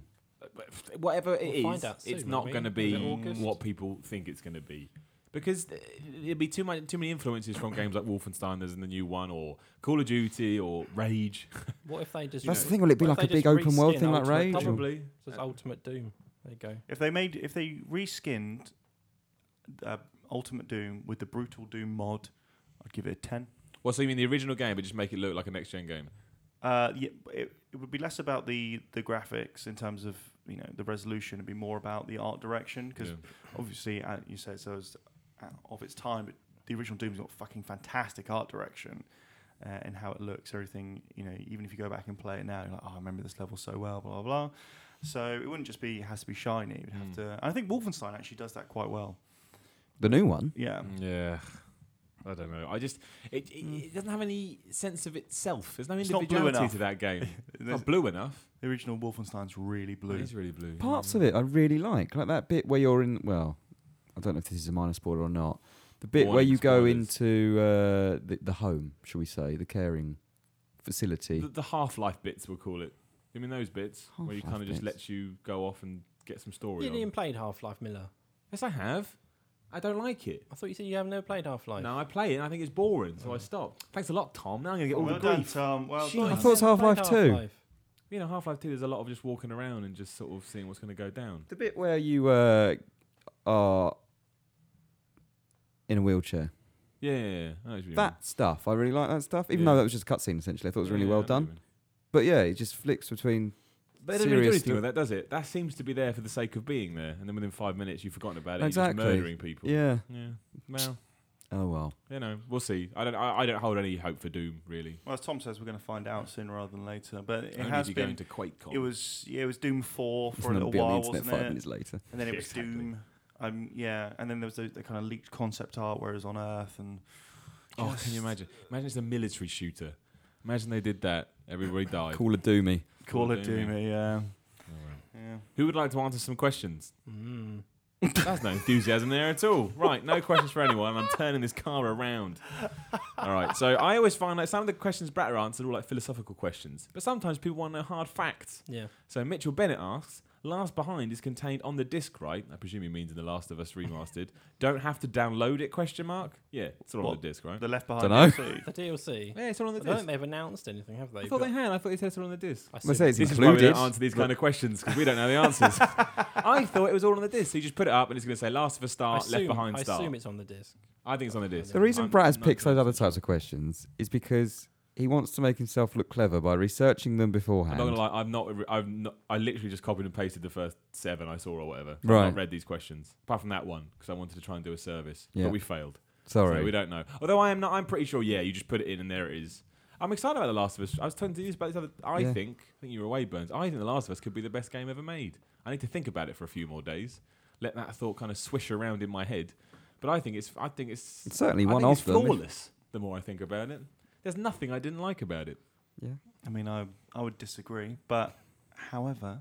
A: Whatever it is,
D: We'll find out soon,
A: it's not
D: won't we?
A: going to
D: Is
A: be
D: it August?
A: what people think it's going to be. Because th- there'd be too much, too many influences from games like Wolfenstein, there's in the new one, or Call of Duty, or Rage.
D: What if they just
B: That's the
A: know,
B: thing. Will it be
D: what if
B: like a
D: they
B: big
D: just
B: open world
D: reskin
B: thing like
D: Ultimate
B: Rage? or-
A: Probably.
D: so it's Ultimate Doom? There you go.
C: If they made, if they reskinned uh, Ultimate Doom with the Brutal Doom mod, I'd give it a ten.
A: Well, so you mean the original game, but just make it look like a next gen game?
C: Uh, yeah, but it, it would be less about the the graphics in terms of you know the resolution, and be more about the art direction because
A: Yeah.
C: obviously, uh, you said so it's out of its time, but the original Doom's got fucking fantastic art direction uh, and how it looks, everything. You know, even if you go back and play it now, you're like, oh, I remember this level so well, blah blah blah. So it wouldn't just be it has to be shiny. It would have
A: Mm.
C: to. I think Wolfenstein actually does that quite well.
B: The new one.
C: Yeah.
A: Mm. Yeah. I don't know. I just it, it,
C: Mm.
A: it doesn't have any sense of itself. There's no
C: It's not blue
A: individuality
C: enough.
A: to that game. it's
C: There's-
A: not blue enough.
C: The original Wolfenstein's really blue.
A: It's really blue. Mm.
B: Parts of it I really like, like that bit where you're in. Well, I don't know if this is a minor spoiler or not. The bit where
A: Warning
B: you go
A: spoilers.
B: into uh, the, the home, shall we say, the caring facility.
A: The, the Half Life bits, we'll call it. I mean those bits where you
B: Half-Life
A: kind of just
B: bits.
A: lets you go off and get some story.
D: You didn't
A: on.
D: even played Half Life Miller.
A: Yes, I have. I don't like it.
D: I thought you said you have never played Half Life.
A: No, I play it and I think it's boring, so I
B: Mm.
D: Oh.
A: stop. Thanks a lot, Tom. Now I'm gonna get all
C: well
A: the
C: done,
A: grief.
C: Tom. Well
A: Jeez.
C: done.
B: I thought it was Half-Life 2.
A: You know, Half Life Two. There's a lot of just walking around and just sort of seeing what's going to go down.
B: The bit where you uh, are in a wheelchair.
A: Yeah, yeah, yeah. I know what you mean.
B: That stuff, I really like that stuff. Even
A: Yeah.
B: though that was just a cutscene, essentially, I thought it was really
A: Yeah,
B: well
A: I know what you
B: done.
A: mean.
B: But yeah, it just flicks between.
A: But it doesn't really do
B: Serious
A: anything
B: stuff.
A: with that, does it? That seems to be there for the sake of being there, and then within five minutes you've forgotten about it.
B: Exactly.
A: You're just murdering people.
B: Yeah.
A: Yeah. Well,
B: Oh well.
A: you know, we'll see. I don't. I, I don't hold any hope for Doom really.
C: Well, as Tom says, we're going to find out sooner rather than later. But it
A: Only
C: has
A: if you
C: been.
A: go into QuakeCon.
C: It was yeah, it was Doom Four
B: It's
C: for a
B: gonna
C: little
B: be on the
C: while,
B: internet
C: wasn't
B: five
C: it?
B: minutes later.
C: And then it was
A: Exactly.
C: Doom. Um, yeah, and then there was the, the kind of leaked concept art where it was on Earth, and
A: Oh, can you imagine? Imagine it's a military shooter. Imagine they did that. Everybody died.
B: Call of Doomy.
C: Call
A: Call
C: of
A: of
C: Duty?
A: Oh, well.
C: Yeah. yeah. Yeah.
A: Who would like to answer some questions?
D: Mm.
A: That's no enthusiasm there at all. Right, no questions for anyone. I'm turning this car around. All right, so I always find like some of the questions Bratter answered are all like philosophical questions, but sometimes people want to know hard facts.
D: Yeah.
A: So Mitchell Bennett asks, Last Behind is contained on the disc, right? I presume he means in The Last of Us Remastered. Don't have to download it, question mark? Yeah, it's all on
C: What?
A: the disc, right?
C: The left behind.
B: Dunno.
D: The DLC.
A: yeah, it's all on
D: I
A: the
D: don't
A: disc.
D: think they've announced anything, have
A: I
D: they?
A: thought
D: But
A: they had. I thought they said it's all on the disc.
D: I
B: I'm gonna
D: assume-
B: say it's
A: This is why we
B: included.
A: don't answer these kind of questions because we don't know the answers. I thought it was all on the disc. So you just put it up and it's going to say Last of Us
D: I
A: Star, Left
D: assume-
A: Behind
D: I
A: Star.
D: assume it's on the disc.
A: I think it's on the disc.
B: The reason
A: I'm
B: Brad has
A: not
B: picks those
A: convinced.
B: other types of questions is because he wants to make himself look clever by researching them
A: I'm
B: beforehand.
A: not gonna lie. I'm not. I'm not. I literally just copied and pasted the first seven I saw or whatever. I've
B: Right.
A: not read these questions apart from that one because I wanted to try and do a service,
B: Yeah.
A: but we failed.
B: Sorry.
A: So we don't know. Although I am not. I'm pretty sure. Yeah, you just put it in and there it is. I'm excited about The Last of Us. I was telling you this about this other. I
B: Yeah.
A: think. I think you were away, Burns. I think The Last of Us could be the best game ever made. I need to think about it for a few more days. Let that thought kind of swish around in my head. But I think it's. I think it's.
B: It's certainly
A: I
B: one
A: think
B: of
A: it's
B: them. if-
A: flawless. The more I think about it, there's nothing I didn't like about it.
B: yeah.
C: I mean, I I would disagree, but however,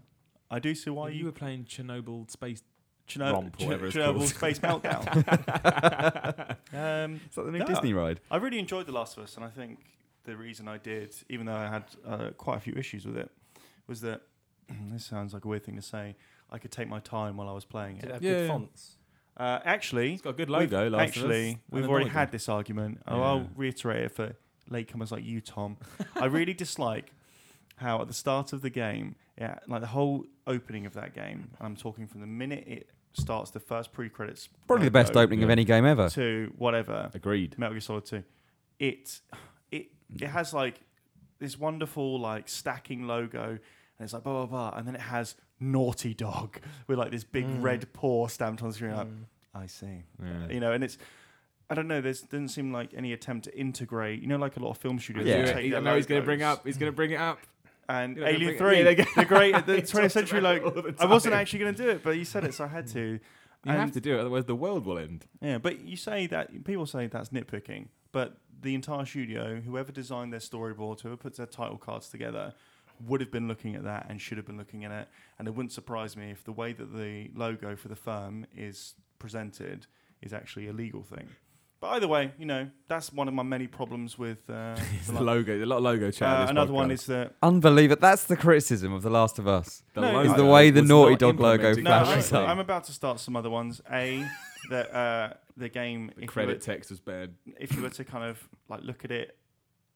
C: I do see why
A: you,
C: you
A: were playing Chernobyl Space
C: Chernob-
A: romp,
C: Cher-
A: whatever it's
C: Chernobyl
A: called.
C: space meltdown. um,
B: Is that the new
C: Yeah.
B: Disney ride?
C: I really enjoyed The Last of Us, and I think the reason I did, even though I had uh, quite a few issues with it, was that this sounds like a weird thing to say. I could take my time while I was playing
D: Did
C: it.
D: it have
A: Yeah.
D: good fonts?
C: Uh, actually,
A: It's got a good
C: We've-
A: logo. Last of Us.
C: actually,
A: And
C: we've
A: annoyed
C: already
A: me.
C: had this argument. Oh,
A: Yeah.
C: I'll reiterate it for latecomers like you, Tom. I really dislike how at the start of the game, yeah, like the whole opening of that game, and I'm talking from the minute it starts, the first pre-credits,
B: Probably the best
C: logo
B: opening of
A: Yeah.
B: any game ever.
C: to whatever
A: Agreed.
C: Metal Gear Solid Two. It it it has like this wonderful like stacking logo, and it's like blah blah blah, and then it has Naughty Dog with like this big
D: Mm.
C: red paw stamped on the screen. Like,
D: Mm.
C: I see
A: Yeah.
C: you know, and it's I don't know. There's doesn't seem like any attempt to integrate. You know, like a lot of film studios.
B: Yeah.
C: will
A: Yeah,
C: take
A: he- I
C: their
A: know he's going to bring
C: logos.
A: up. He's going to bring it up.
C: and
A: You're gonna bring
C: Alien
A: it-
C: Three,
A: yeah,
C: the great, the
A: He
C: 20th
A: talks
C: century.
A: about
C: Like
A: it all the
C: I wasn't
A: time.
C: actually going to do it, but you said it, so I had to.
A: You have
C: and-
A: to do it, otherwise the world will end.
C: Yeah, but you say that people say that's nitpicking, but the entire studio, whoever designed their storyboards, whoever puts their title cards together, would have been looking at that and should have been looking at it. And it wouldn't surprise me if the way that the logo for the firm is presented is actually a legal thing. But either way, you know that's one of my many problems with uh,
A: It's
C: the
A: the
C: lo-
A: logo. A lot of logo chat.
C: uh,
A: on this
C: another one
A: podcast.
C: is that
B: Unbelievable. That's the criticism of The Last of Us.
A: the
C: No,
A: logo
C: is the
B: way the
A: was
B: Naughty
A: not
B: Dog logo
A: implemented
C: no,
B: Flash
A: correctly.
C: I'm,
B: is up.
C: I'm about to start some other ones. A that uh, the game if
A: The
C: you
A: credit
C: look-
A: text was bad.
C: if you were to kind of like look at it,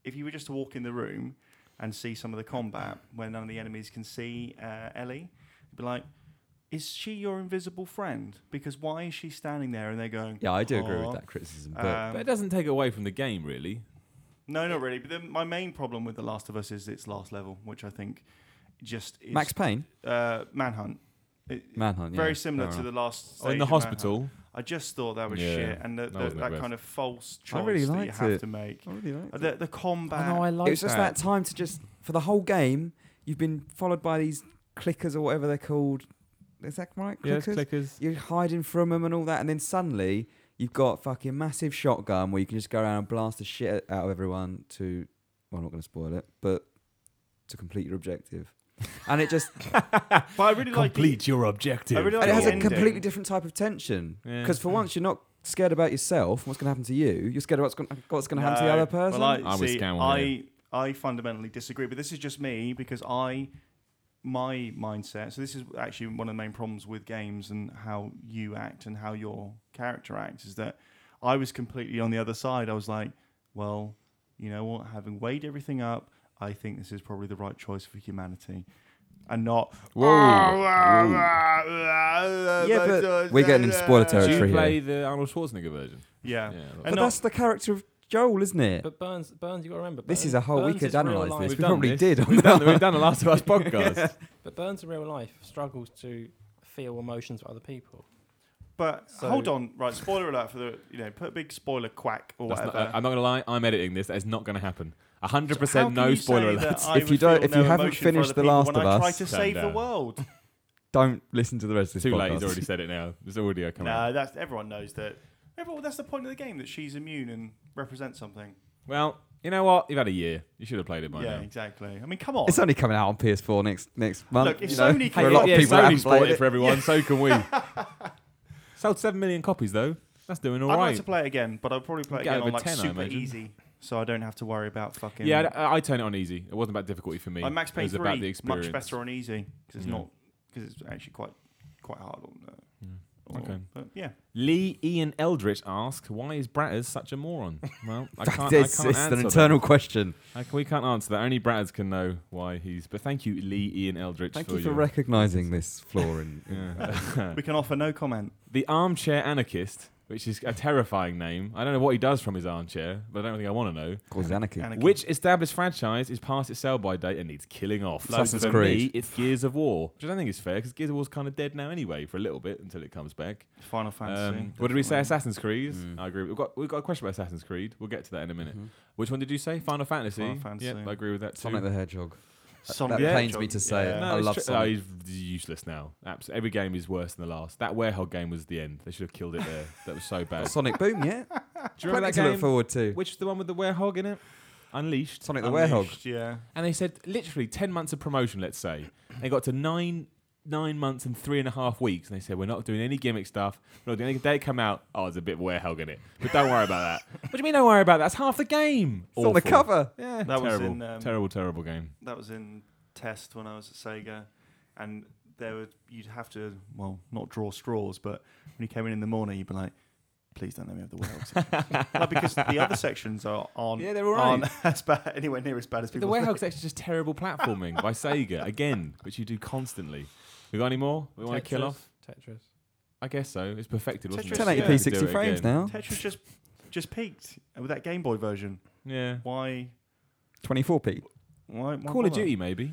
C: if you were just to walk in the room and see some of the combat where none of the enemies can see uh, Ellie, you'd be like, "Is she your invisible friend? Because why is she standing there?" And they're going,
B: Yeah, I do agree
C: "Aw."
B: with that criticism. But
C: Um,
A: But uh, it doesn't take away from the game, really.
C: no, not really. But then my main problem with The Last of Us is its last level, which I think just is
B: Max Payne,
C: uh, Manhunt. It-
B: Manhunt.
C: very
B: yeah,
C: similar
B: fair
C: to
B: enough.
C: the last.
A: Oh, in
C: stage
A: the
C: of Manhunt.
A: hospital.
C: I just thought that was
A: Yeah,
C: shit, and the,
A: that
C: the,
A: wasn't the
C: that
A: best.
C: kind of false
B: I
C: choice
B: really
C: that you
B: liked
C: have
B: it.
C: to make.
B: I really liked
C: The,
B: it.
C: the combat.
D: Oh, no, I like
B: it was just that time to just for the whole game. You've been followed by these clickers or whatever they're called. Is that right? Clickers.
A: clickers.
B: You're hiding from them and all that, and then suddenly you've got fucking massive shotgun where you can just go around and blast the shit out of everyone to. Well, I'm not going to spoil it, but to complete your objective. And it just
C: But I really like the,
A: your objective.
C: I really like
B: and it has a
C: ending.
B: completely different type of tension
A: Yeah.
B: because for once you're not scared about yourself, what's going to happen to you. You're scared about what's going, what's going to happen to the
C: No.
B: other person.
C: Well, I,
A: I would
C: see,
A: scan one
C: I, I fundamentally disagree, but this is just me because I, my mindset. So this is actually one of the main problems with games and how you act and how your character acts is that I was completely on the other side. I was like, well, you know what? Having weighed everything up, I think this is probably the right choice for humanity. And not. "Oh,
A: Whoa.
B: Yeah, but we're getting into spoiler
A: Do you
B: territory.
A: play the Arnold Schwarzenegger version?
C: Yeah.
A: Yeah.
B: but
C: no-
B: that's the character of Joel, isn't it?
D: But Burns, Burns, you got to remember.
B: This
D: Burns-
B: is a whole
D: Burns
B: we could
D: is real
B: analyse
D: life.
B: this. We
A: We've done
B: probably
A: this.
B: did. On
A: We've done,
B: that.
A: we've done the Last of Us podcast.
D: But Burns in real life struggles to feel emotions for other people.
C: But
D: So-
C: hold on, right? Spoiler alert for the you know, put a big spoiler quack or
A: That's not-
C: whatever.
A: I- I'm not gonna lie. I'm editing this. That is not gonna happen. hundred
C: So how
A: percent
C: can
A: no
C: you
A: spoiler
C: say that
A: alert.
C: I
B: If you
C: would
B: don't-
C: feel
B: if you
C: no
B: haven't
C: emotion for
B: finished
C: other
B: The Last
C: people
B: of
C: when I
B: Us-
C: try to
A: Calm
C: save the
A: down.
C: world.
B: Don't listen to the rest of this
A: Too
B: podcast.
A: late. He's already said it now. There's audio coming. out.
C: no, that's everyone knows that. Everyone, that's the point of the game that she's immune and represents something.
A: Well, You know what? You've had a year. You should have played it by
C: yeah,
A: now.
C: exactly. I mean, come on.
B: It's only coming out on PS4 next next month.
C: Look, if
B: you know,
C: Sony
B: for
C: can-
B: a lot
A: yeah,
B: of people
A: Sony's
B: that haven't
A: bought
B: played
A: it
B: it.
A: for everyone. So can we. Sold seven million copies though. That's doing all
C: I'd
A: right.
C: like to play it again, but I'll probably play it
A: Get
C: again
A: over
C: on like
A: 10, I
C: super
A: imagine.
C: easy, so I don't have to worry about fucking.
A: yeah, I, I turn it on easy. It wasn't about difficulty for me.
C: like Max
A: It
C: Payne
A: was
C: three
A: about the experience.
C: much better on easy because it's
A: Yeah.
C: not because it's actually quite quite hard on. Uh,
A: Yeah.
C: on-
A: Okay.
C: but yeah,
A: Lee Ian Eldritch asks, "Why is Bratters such a moron?" Well, I can't. I
B: it's
A: can't
B: it's
A: answer
B: an
A: that.
B: internal question.
A: I c- we can't answer that. Only Bratters can know why he's. But thank you, Lee Ian Eldritch.
B: Thank
A: for
B: you for
A: your-
B: recognising this flaw in.
A: Yeah.
C: we can offer no comment.
A: the armchair anarchist, which is a terrifying name. I don't know what he does from his armchair, but I don't think I want to know.
B: Causes anarchy.
C: Anakin.
A: Which established franchise is past its sell-by date and needs killing off?
B: Assassin's
A: for
B: Creed.
A: me, it's Gears of War, which I don't think is fair because Gears of War's kind of dead now anyway for a little bit until it comes back.
C: Final Fantasy.
A: Um, what did we say?
C: definitely.
A: Assassin's Creed.
B: Mm.
A: I agree. We've got we've got a question about Assassin's Creed. We'll get to that in a minute.
B: Mhm.
A: Which one did you say? Final Fantasy.
C: Final Fantasy.
A: Yep, I agree with that too.
B: Sonic the Hedgehog.
C: Sonic
B: that
C: the
B: pains
C: Hedgehog.
B: me to say it.
A: no,
B: I
A: it's
B: love
A: tri-
B: Sonic.
A: No, he's useless now. Abs- Every game is worse than the last. That Werehog game was the end. They should have killed it there. that was so bad.
B: Sonic Boom, yeah.
A: Do you remember
B: Plenty
A: that
B: to
A: game?
B: look forward to.
A: Which was the one with the Werehog in it? Unleashed. Uh,
B: Sonic the Werehog.
C: Unleashed, Yeah.
A: And they said literally 10 months of promotion, let's say. They got to nine nine months and three and a half weeks. And they said, We're not doing any gimmick stuff. We're not doing any. They come out, Oh, there's a bit of Werehog in it. But don't worry about that. What do you mean, don't worry about that? That's half the game.
B: It's on the
A: Awful.
B: cover.
A: Yeah,
C: That was
A: terrible.
C: in, um,
A: terrible, terrible game.
C: that was in test when I was at Sega, and there would you'd have to well not draw straws, but when you came in in the morning, you'd be like, "Please don't let me have the werewolves," like, because the other sections are aren't
A: Yeah, they're all
C: aren't as bad anywhere near as bad as
A: The
C: people.
A: Werehog
C: think.
A: section is just terrible platforming by Sega, again, which you do constantly. We got any more we want to kill
D: Tetris,
A: off?
D: Tetris.
A: I guess so. It's perfected, wasn't
C: Tetris,
A: it?
B: 1080p,
C: yeah.
B: 60
A: Do it
B: frames
A: again.
B: now.
C: Tetris just just peaked with that Game Boy version.
A: Yeah.
C: Why?
B: 24p.
C: Why? why
A: Call of
C: bother?
A: Duty, maybe.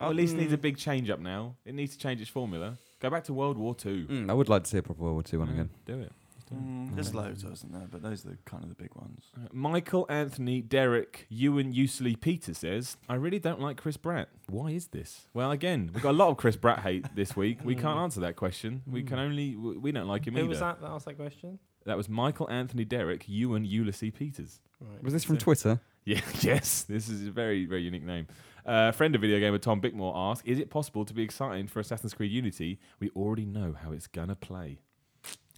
A: Oh, at least
C: Mm.
A: needs a big change up now. It needs to change its formula. Go back to World War Two.
B: Mm, I would like to see a proper World War II one
A: Yeah,
B: again.
A: Do it.
C: Mm,
B: Mm.
C: there's loads, isn't there? But those are the, kind of the big ones.
A: Uh, Michael Anthony Derek Ewan Usley Peter says, I really don't like Chris Bratt. Why is this? Well, again, we've got a lot of Chris Bratt hate this week. We can't
D: Mm.
A: answer that question. We can
D: Mm.
A: only, w- we don't like him
D: Who
A: either.
D: was that that asked that question?
A: That was Michael Anthony Derek Ewan Ulysses Peters.
D: Right.
B: Was this from
A: So-
B: Twitter?
A: Yeah, yes, this is a very, very unique name. Uh, friend of video gamer Tom Bickmore asks, "Is it possible to be excited for Assassin's Creed Unity? We already know how it's gonna play."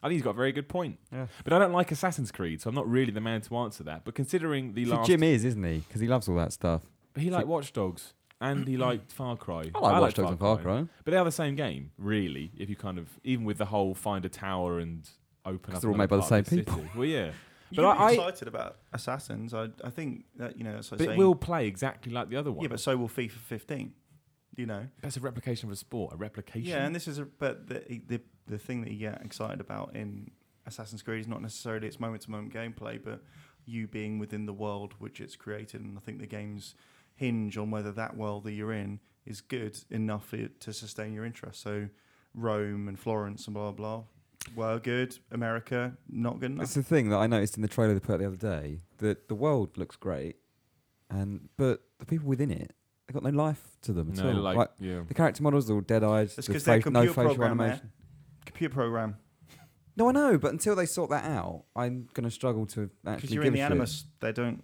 A: I think he's got a very good point,
B: Yeah.
A: but I don't like Assassin's Creed, so I'm not really the man to answer that. But considering the
B: So
A: last,
B: Jim is, isn't he? Because he loves all that stuff.
A: he liked Watch Dogs and he liked Far Cry.
B: I like Watch Dogs and Far Cry.
A: but they are the same game, really. If you kind of even with the whole find a tower and open
B: 'Cause
A: up,
B: they're all
A: another
B: made by the
A: part of
B: same
A: city. Well, yeah,
C: You
A: But
C: can
A: I-
C: be
A: I-
C: excited about Assassins. I I think that you know. That's like
A: but it
C: saying-
A: will play exactly like the other one.
C: Yeah, but so will FIFA 15. You know.
A: that's a replication of a sport, a replication.
C: Yeah, and this is a, but the, the the thing that you get excited about in Assassin's Creed is not necessarily its moment to moment gameplay, but you being within the world which it's created. And I think the games hinge on whether that world that you're in is good enough for it to sustain your interest. So Rome and Florence and blah blah blah were good. America not good
B: It's
C: enough.
B: the thing that I noticed in the trailer they put out the other day that the world looks great, and but the people within it, they've got no life to them at
A: no,
B: all.
A: like,
B: Like,
A: yeah.
B: the character models are all dead eyed.
C: That's because they're
B: No
C: computer
B: facial
C: program.
B: animation.
C: eh? Computer program.
B: No, I know, but until they sort that out, I'm going to struggle to
C: Because
B: actually
C: you're
B: give
C: in the
B: a shit.
C: Animus, they don't.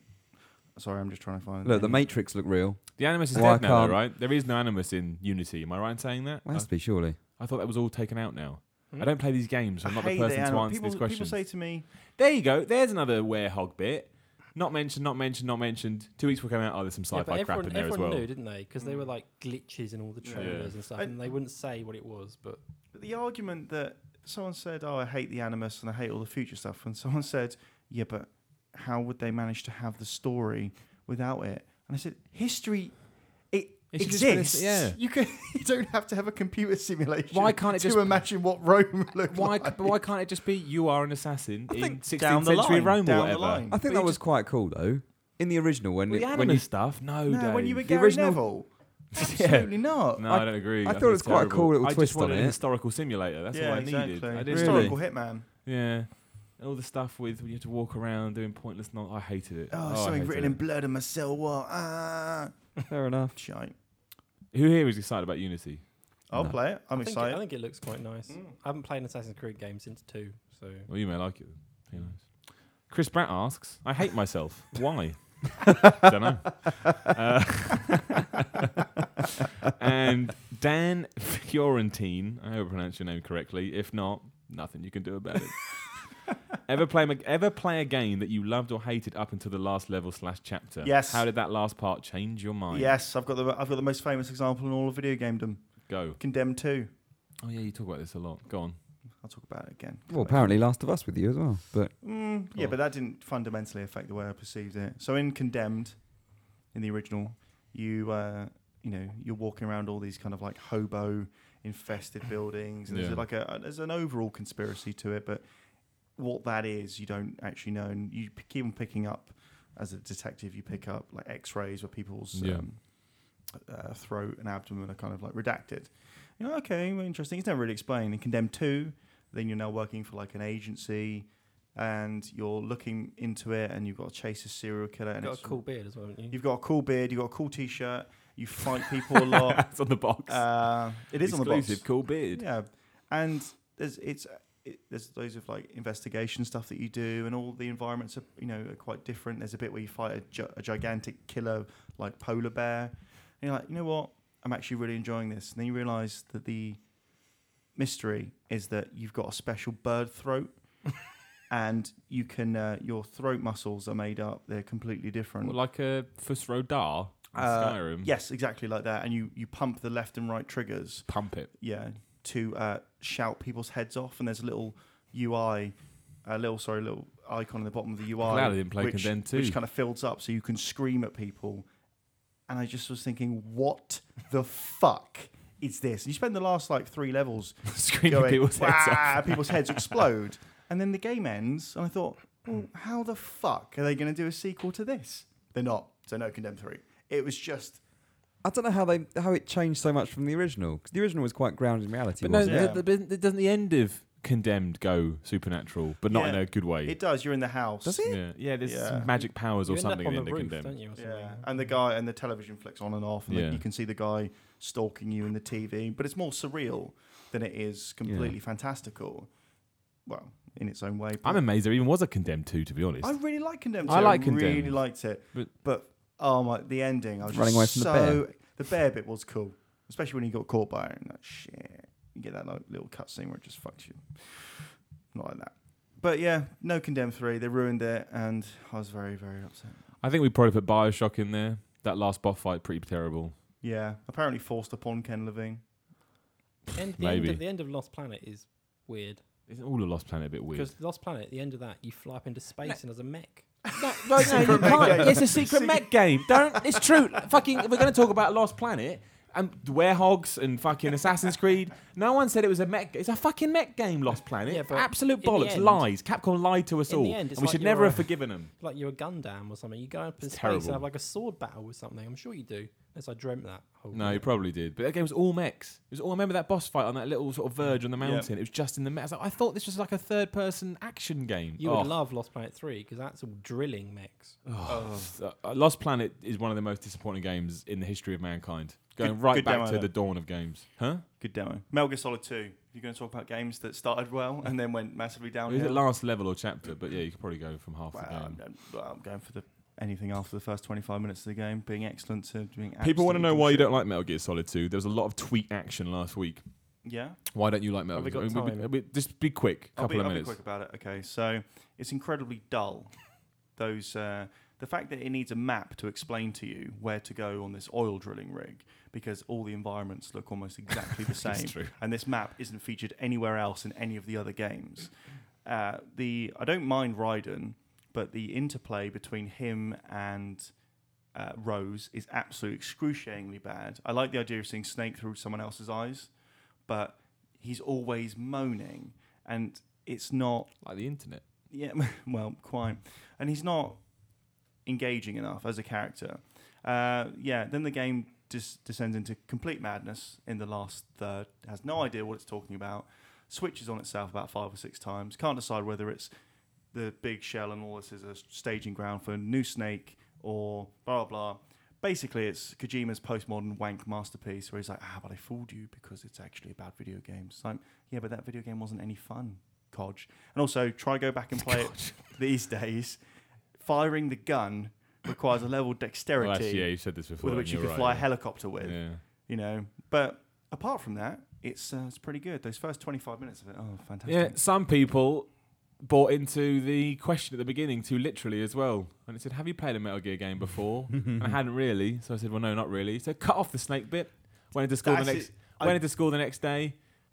C: Sorry, I'm just trying to find.
B: Look, the
C: any-
B: Matrix look real.
A: The animus is
B: Why
A: dead now,
B: can't-
A: though, right? There is no animus in Unity. Am I right in saying that? I,
B: Well, has to be surely.
A: I thought that was all taken out now.
D: Hmm?
A: I don't play these games. so I'm
C: Mm. I
A: not the
C: hate the
A: person to
C: Animus.
A: answer
C: people,
A: these questions.
C: People say to me,
A: there you go. There's another werehog bit. Not mentioned. Not mentioned. Not mentioned. Two weeks will come out. Oh, there's some
D: Yeah,
A: sci-fi
D: but
A: crap
D: everyone,
A: in there as
D: everyone
A: well.
D: knew, didn't they? Because
C: Hmm.
D: they were like glitches in all the
C: Yeah.
D: trailers
A: Yeah.
D: and stuff,
C: I-
D: and they wouldn't say what it was. But
C: But the argument that someone said, "Oh, I hate the Animus and I hate all the future stuff," and someone said, "Yeah, but how would they manage to have the story without it?" And I said, "History, it,
A: It should just been a-
C: exists.
A: yeah.
C: you can. You don't have to have a computer simulation.
A: Why can't it
C: to
A: just-
C: imagine what Rome looked
A: Why?
C: like?
A: But why can't it just be you are an assassin
C: I
A: in
C: think
A: 16th
C: down the
A: century
C: line,
A: Rome
C: down
A: or
C: the
A: whatever?
C: line.
B: I think
A: But
B: that
A: you
B: was
A: just-
B: quite cool though. In the original, when
A: Well, the
B: it,
A: animus
B: when you,
A: stuff. No,
C: No,
A: Dave.
C: when you were
B: The
C: Gary
B: original-
C: Neville,
A: Yeah.
C: absolutely not.
A: No,
B: I-
A: I, don't agree.
B: I thought
A: think
B: it was
A: it's
B: quite a
A: terrible.
B: cool little
A: I just
B: twist on
A: wanted a
B: it.
A: historical simulator. That's
C: yeah,
A: all I
C: exactly.
A: needed. I didn't
B: Really?
C: Historical hitman.
A: Yeah. And all the stuff with when you have to walk around doing pointless non I hated it.
C: Oh,
A: I
C: something
A: hated
C: written
A: it.
C: in blood and my cell wall. Ah,
B: fair enough.
C: shite.
A: Who here is excited about Unity?
C: I'll
B: No.
C: play it. I'm
D: I think, it,
C: excited.
D: I think it looks quite nice.
C: Mm.
D: I haven't played an Assassin's Creed game since two, so
A: Well, you may like it. Who knows? Chris Bratt asks, I hate myself. Why? Don't know. Uh, and Dan Fiorentine, I hope I pronounced your name correctly. If not, nothing you can do about it. ever play ma- ever play a game that you loved or hated up until the last level slash chapter?
C: Yes.
A: How did that last part change your mind?
C: Yes, I've got the I've got the most famous example in all of video gamedom.
A: Go.
C: Condemned 2.
A: Oh yeah, you talk about this a lot. Go on.
C: I'll talk about it again.
B: Well, apparently Last of Us with you as well. But
C: Mm, yeah,
A: Cool.
C: but that didn't fundamentally affect the way I perceived it. So in Condemned, in the original, you uh, you know you're walking around all these kind of like hobo infested buildings, and
A: Yeah.
C: there's like a there's an overall conspiracy to it, but what that is you don't actually know, and you p- keep on picking up as a detective, you pick up like X-rays where people's
A: Yeah.
C: um, uh, throat and abdomen are kind of like redacted. You know, okay, well, interesting. It's never really explained. In Condemned Two, then you're now working for like an agency, and you're looking into it, and you've got to chase a serial killer.
D: You've
C: And
D: got
C: it's-
D: a cool beard as well, haven't you?
C: You've got a cool beard. You've got a cool T-shirt. You fight people a lot.
A: That's on the box.
C: Uh, it is on the box.
A: Exclusive cool beard.
C: Yeah, and there's it's it, there's loads of like investigation stuff that you do, and all the environments are you know are quite different. There's a bit where you fight a, gi- a gigantic killer like polar bear, and you're like, you know what, I'm actually really enjoying this. And then you realise that the mystery is that you've got a special bird throat. And you can, uh, your throat muscles are made up. They're completely different.
A: Well, like a Fusro Dar in
C: Uh,
A: Skyrim.
C: yes, exactly like that. And you, you pump the left and right triggers
A: Pump it.
C: yeah, to uh, shout people's heads off, and there's a little UI, a little sorry, little icon in the bottom of the UI,
A: Glad I didn't play
C: which,
A: Condemned 2.
C: which kind of fills up so you can scream at people. And I just was thinking, what the fuck is this? And you spend the last like three levels
A: Screaming
C: going,
A: people's heads off.
C: "Wah!" people's heads explode, and then the game ends, and I thought, well, how the fuck are they going to do a sequel to this? They're not. So no, Condemned Three. It was just
B: I don't know how they how it changed so much from the original because the original was quite grounded in reality.
A: But no,
B: wasn't it?
C: Yeah.
A: the, the, the, doesn't the end of Condemned go supernatural, but not
C: Yeah.
A: in a good way?
C: it does. You're in the house.
B: Does it?
A: Yeah, yeah there's
C: Yeah.
A: some magic powers
D: You
A: or
D: end up
A: something
D: on
A: in
D: the
A: the
D: roof,
A: Condemned.
D: don't you? Or something?
C: Yeah, and the guy and the television flicks on and off, and the-
A: Yeah.
C: you can see the guy stalking you in the TV. But it's more surreal than it is completely fantastical. Well, in its own way.
A: I'm
C: but-
A: amazed there even was a Condemned 2, to be honest.
C: I really like Condemned.
A: I
C: too.
A: like
C: Really
A: Condemned.
C: liked it,
A: But-
C: but, oh my, the ending! I was
B: Running away
C: just
B: from the
C: so the bear bit was cool, especially when he got caught by it. And that shit, you get that like, little cutscene where it just fucks you. Not like that. But yeah, no Condemned three. They ruined it, and I was very, very upset.
A: I think we probably put Bioshock in there. That last boss fight, pretty terrible.
C: Yeah, apparently forced upon Ken Levine.
D: End, the
A: Maybe.
D: End of, the end of Lost Planet is weird
A: Isn't all of Lost Planet a bit weird?
D: because Lost Planet, at the end of that, you fly up into space and there's a mech.
A: No, no, no, you can't. It's a secret mech game. Don't. It's true. Fucking. We're going to talk about Lost Planet and Werehogs and fucking Assassin's Creed. No one said it was a mech. It's a fucking mech game. Lost Planet.
D: Yeah, but
A: Absolute
D: in the
A: bollocks.
D: end-
A: Lies. Capcom lied to us
D: in the
A: all,
D: end, it's
A: and we
D: like
A: should
D: you're
A: never
D: a-
A: have forgiven them.
D: Like you're a Gundam or something. You go up in
A: It's
D: space
A: terrible.
D: and have like a sword battle with something. I'm sure you do. Unless I dreamt that. Whole
A: No,
D: game.
A: he probably did. But that game was all mechs. It was all. I remember that boss fight on that little sort of verge on the mountain. It was just in the mech. I, was like, I thought this was like a third-person action game.
D: You
A: oh,
D: would love Lost Planet 3 because that's all drilling mechs.
A: oh. Uh, Lost Planet is one of the most disappointing games in the history of mankind. Going
C: Good-
A: right
C: good
A: back
C: demo,
A: to
C: though.
A: the dawn of games, huh?
C: Good demo. Metal Gear Solid 2. You're going to talk about games that started well and then went massively
A: Is
C: downhill.
A: it last level or chapter? But yeah, you could probably go from half
C: well,
A: the game.
C: I'm, well, I'm going for the anything after the first 25 minutes of the game being excellent to doing.
A: People want to
C: absolutely
A: know why you
C: bullshit.
A: don't like Metal Gear Solid 2. There was a lot of tweet action last week.
C: Yeah,
A: Why don't you like Metal
D: Have we
A: Gear
D: got
A: I mean, we-
D: time?
A: we- Just be quick,
C: I'll
A: couple
C: be,
A: of
C: I'll be
A: minutes.
C: quick about it. Okay, so it's incredibly dull. Those uh, the fact that it needs a map to explain to you where to go on this oil drilling rig because all the environments look almost exactly the same.
A: true.
C: and this map isn't featured anywhere else in any of the other games. Uh, the I don't mind Raiden, but the interplay between him and uh, Rose is absolutely excruciatingly bad. I like the idea of seeing Snake through someone else's eyes, but he's always moaning, and it's not
A: Like the internet.
C: yeah, well, quite. And he's not engaging enough as a character. Uh, yeah, then the game just descends into complete madness in the last third. Has no idea what it's talking about. Switches on itself about five or six times. Can't decide whether it's the big shell and all this is a staging ground for New Snake or blah blah. blah. Basically, it's Kojima's postmodern wank masterpiece where he's like, ah, but I fooled you because it's actually about video games. It's like, yeah, but that video game wasn't any fun, Codge. And also, try go back and play it these days, firing the gun requires a level of dexterity
A: Well, actually, yeah, you said this before.
C: with which you
A: and
C: can
A: you're
C: fly a
A: right,
C: helicopter with.
A: yeah.
C: You know, but apart from that, it's uh, it's pretty good. Those first twenty five minutes of it, oh, fantastic!
A: Yeah. yeah, some people bought into the question at the beginning too literally as well. And it said, Have you played a Metal Gear game before? and I hadn't really. So I said, Well, no, not really. So cut off the snake bit. Went into school
C: That's
A: the next
C: it. I-
A: went into school the next day.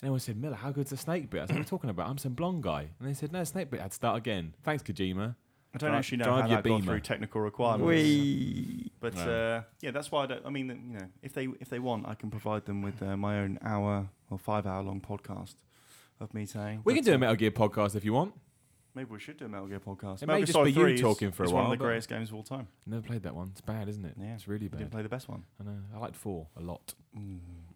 A: And everyone said, Miller, how good's the snake bit? I said, What are you talking about? I'm some blonde guy. And they said, No, snake bit, I'd start again. Thanks, Kojima.
C: I don't
A: Dri-
C: actually know
A: drive
C: how
A: your
C: that got
A: Beamer.
C: through technical requirements.
B: We.
C: But
A: No.
C: uh, yeah, that's why I don't. I mean, you know, if they if they want, I can provide them with uh, my own hour or five hour long podcast of me saying.
A: We can
C: but,
A: do
C: uh,
A: a Metal Gear podcast if you want.
C: Maybe we should do a Metal Gear podcast.
A: It
C: Metal
A: may
C: Gear
A: just
C: Solid
A: be you
C: 3 is-
A: talking for a
C: is One
A: while,
C: of the
A: but-
C: greatest games of all time.
A: Never played that one. It's bad, isn't it?
C: Yeah.
A: It's really
C: I didn't
A: bad.
C: play the best one.
A: I know. I liked four a lot.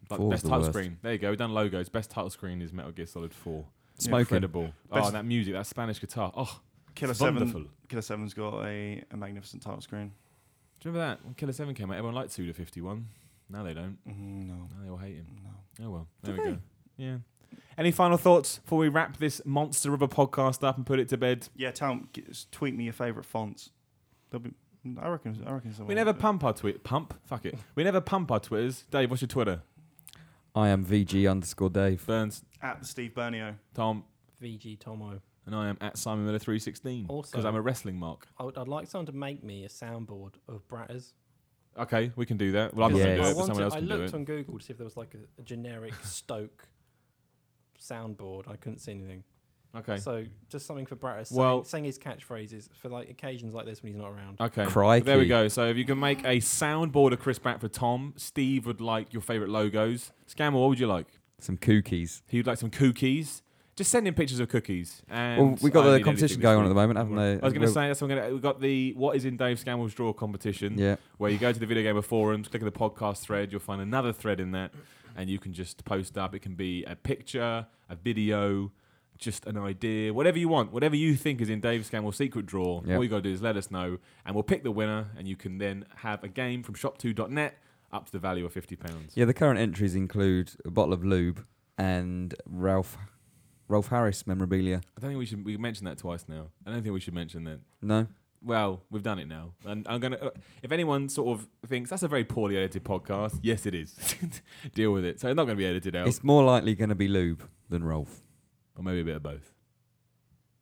A: Like
B: Four's
A: best
B: the
A: title
B: worst.
A: screen. There you go. We've done logos. Best title screen is Metal Gear Solid Four.
B: Smoking.
A: Incredible. Oh,
C: Best-
A: and that music, that Spanish guitar. Oh,
C: Killer
A: it's
C: Seven.
A: wonderful.
C: Killer Seven's got a, a magnificent title screen.
A: Do you remember that when Killer Seven came out? Everyone liked Suda Fifty One. Now they don't.
C: Mm, no,
A: Now they all hate him.
C: no.
A: Oh well. There we go. Yeah. Any final thoughts before we wrap this monster of a podcast up and put it to bed?
C: Yeah, tell g- s- tweet me your favorite fonts. They'll be. I reckon. I reckon someone.
A: We never pump our tweet. Pump? Fuck it. We never pump our Twitters. Dave, what's your Twitter?
B: I am VG underscore Dave.
A: Burns,
C: at the Steve Bernio.
A: Tom,
D: VG Tomo.
A: and I am at Simon Miller three sixteen.
D: Also-
A: because I'm a wrestling mark.
D: I would, I'd like someone to make me a soundboard of Bratters.
A: Okay, we can do that. Well, I'm
B: Yeah.
A: not gonna do
D: I,
A: it, but
D: wanted,
A: someone else
D: I
A: can do
D: looked
A: it.
D: on Google to see if there was like a, a generic Stoke soundboard. I couldn't see anything.
A: Okay.
D: So just something for Bratis. Saying,
A: Well-
D: saying his catchphrases for like occasions like this when he's not around.
A: Okay.
B: Crikey.
A: There we go. So if you can make a soundboard of Chris Pratt for Tom, Steve would like your favourite logos. Scammer, what would you like?
B: Some kookies.
A: He would like some cookies. Just send him pictures of cookies. And
B: Well, we got
A: I don't
B: the
A: need
B: competition
A: anything
B: going on at
A: this
B: the
A: week.
B: moment, haven't they?
A: I was going to
B: We're-
A: say that's what I'm going to. We got the what is in Dave Scammell's draw competition,
B: Yeah.
A: where you go to the video gamer forums, click on the podcast thread, you'll find another thread in that, and you can just post up. It can be a picture, a video, just an idea, whatever you want, whatever you think is in Dave Scammell's secret draw.
B: Yeah.
A: All you got to do is let us know, and we'll pick the winner, and you can then have a game from shop2.net up to the value of fifty pounds.
B: Yeah, the current entries include a bottle of lube and Ralph Ralph Harris memorabilia.
A: I don't think we should. We mentioned that twice now. I don't think we should mention that.
B: No?
A: well, we've done it now, and I'm gonna. uh, If anyone sort of thinks that's a very poorly edited podcast, yes, it is. Deal with it. So it's not going to be edited out,
B: It's more likely going to be lube than Rolf.
A: or maybe a bit of both.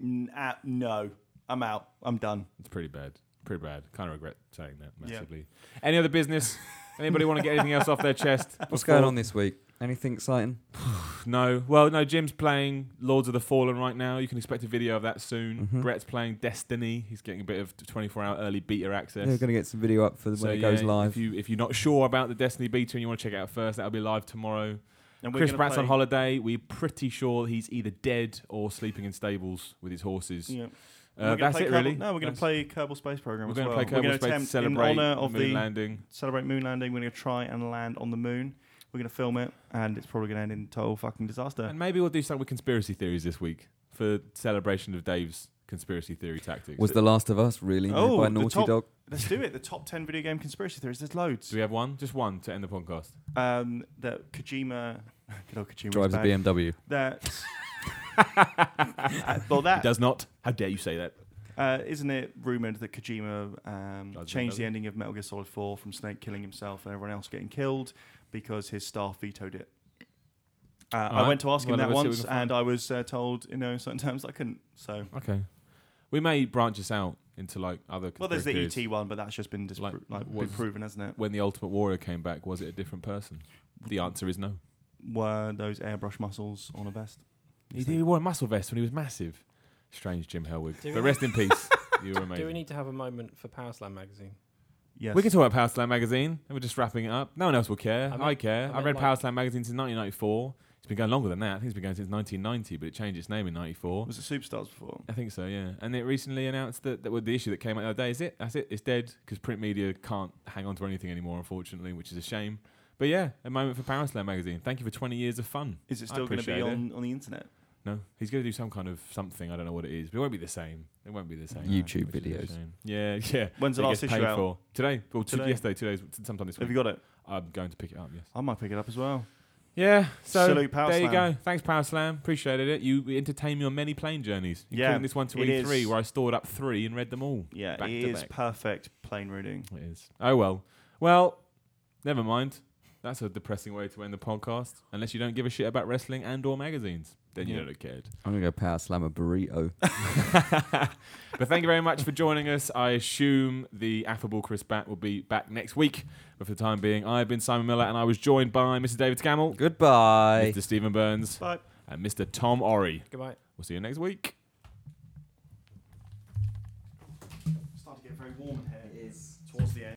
C: N- uh, no, I'm out. I'm done.
A: It's pretty bad. Pretty bad. Kind of regret saying that
C: Yeah.
A: massively. Any other business? Anybody want to get anything else off their chest?
B: What's
A: before-
B: going on this week? Anything exciting?
A: No. Well, no. Jim's playing Lords of the Fallen right now. You can expect a video of that soon.
B: Mhm.
A: Brett's playing Destiny. He's getting a bit of 24 hour early beta access.
B: Yeah, we're going to get some video up for when
A: So,
B: it goes
A: yeah,
B: live.
A: If, you, if you're not sure about the Destiny beta and you want to check it out first, that'll be live tomorrow.
C: And
A: Chris
C: gonna
A: Pratt's on
C: play-
A: holiday. We're pretty sure he's either dead or sleeping in stables with his horses.
C: Yeah. We're
A: Uh,
C: gonna
A: that's
C: play
A: it,
C: Kerbal-
A: really.
C: No, we're going
A: That's-
C: to play Kerbal Space Program
A: We're
C: as
A: going
C: well.
A: to play
C: we're
A: Kerbal
C: gonna
A: Space to
C: attempt
A: celebrate
C: in honor of
A: moon
C: the
A: landing.
C: celebrate moon landing. We're going to try and land on the moon. We're going to film it, and it's probably going to end in total fucking disaster.
A: And maybe we'll do something with conspiracy theories this week for celebration of Dave's conspiracy theory tactics.
B: Was The Last of Us really made
C: Oh,
B: by
C: the
B: Naughty
C: top-
B: Dog?
C: Let's do it. The top ten video game conspiracy theories. There's
A: do
C: loads.
A: we have one? Just one to end the podcast.
C: Um, that Kojima, good old Kojima's
B: Drives a
C: back.
B: BMW.
C: That. Uh, well, that
A: He does not. How dare you say that?
C: Uh, isn't it rumored that Kojima um,
A: Does it,
C: changed
A: does
C: the
A: it?
C: ending of Metal Gear Solid 4 from Snake killing himself and everyone else getting killed because his staff vetoed it? Uh, I
A: Alright.
C: went to ask
A: Well,
C: him that
A: let's see what we
C: once,
A: can find.
C: and I was uh, told, you know, certain terms I couldn't. So,
A: Okay. We may branch this out into like other.
C: well, there's the E
A: conspiracy theories.
C: ET one, but that's just been dispro-
A: Like,
C: like, been
A: was-
C: proven, hasn't it?
A: When the Ultimate Warrior came back, was it a different person? The answer is no.
C: Were those airbrush muscles on a vest?
A: He, did- he wore a muscle vest when he was massive. Strange Jim Hellwig.
D: Do
A: But
D: we-
A: rest in peace. You were amazing.
D: Do we need to have a moment for Power Slam magazine?
C: Yes.
A: We can talk about Power Slam magazine, and we're just wrapping it up. No one else will care. I,
D: meant- I
A: care. I've
D: meant
A: read
D: like-
A: Power Slam magazine since 1994. It's been going longer than that. I think it's been going since 1990, but it changed its name in '94.
C: was it Superstars before?
A: I think so, yeah. And it recently announced that, that with the issue that came out the other day is it. That's it. It's dead because print media can't hang on to anything anymore, unfortunately, which is a shame. But yeah, a moment for Power Slam magazine. Thank you for 20 years of fun.
C: Is
A: I
C: it still going to
A: appreciate
C: be
A: it.
C: on, on the internet?
A: No, he's going to do some kind of something. I don't know what it is, but it won't be the same. It won't be the same.
B: YouTube
A: which is a
B: videos.
A: shame. Yeah, yeah.
C: When's the
A: It
C: last
A: gets
C: issue
A: paid
C: out?
A: for. Today. Well, t-
C: Today.
A: yesterday. Today's sometime this
C: Have
A: week.
C: you got it?
A: I'm going to pick it up. Yes.
C: I might pick it up as well.
A: Yeah. So
C: Salute Power
A: there you
C: Slam.
A: go. Thanks, Power Slam. Appreciated it. You entertained me on many plane journeys,
C: Yeah,
A: including this one to
C: it
A: E3,
C: is.
A: where I stored up three and read them all.
C: Yeah,
A: Back
C: it
A: to
C: is
A: back.
C: perfect plane reading.
A: It is. Oh well. Well, never mind. That's a depressing way to end the podcast. Unless you don't give a shit about wrestling and or magazines, then you
C: Yeah.
A: don't have cared.
B: I'm gonna go power slam a burrito.
C: Oh.
A: but thank you very much for joining us. I assume the affable Chris Bat will be back next week. But for the time being, I've been Simon Miller, and I was joined by Mr. David Scammell,
B: Goodbye.
A: Mr. Stephen Burns,
C: Bye.
A: and Mr. Tom Orry.
D: Goodbye.
A: We'll see you next week.
C: Starting to get very warm in here.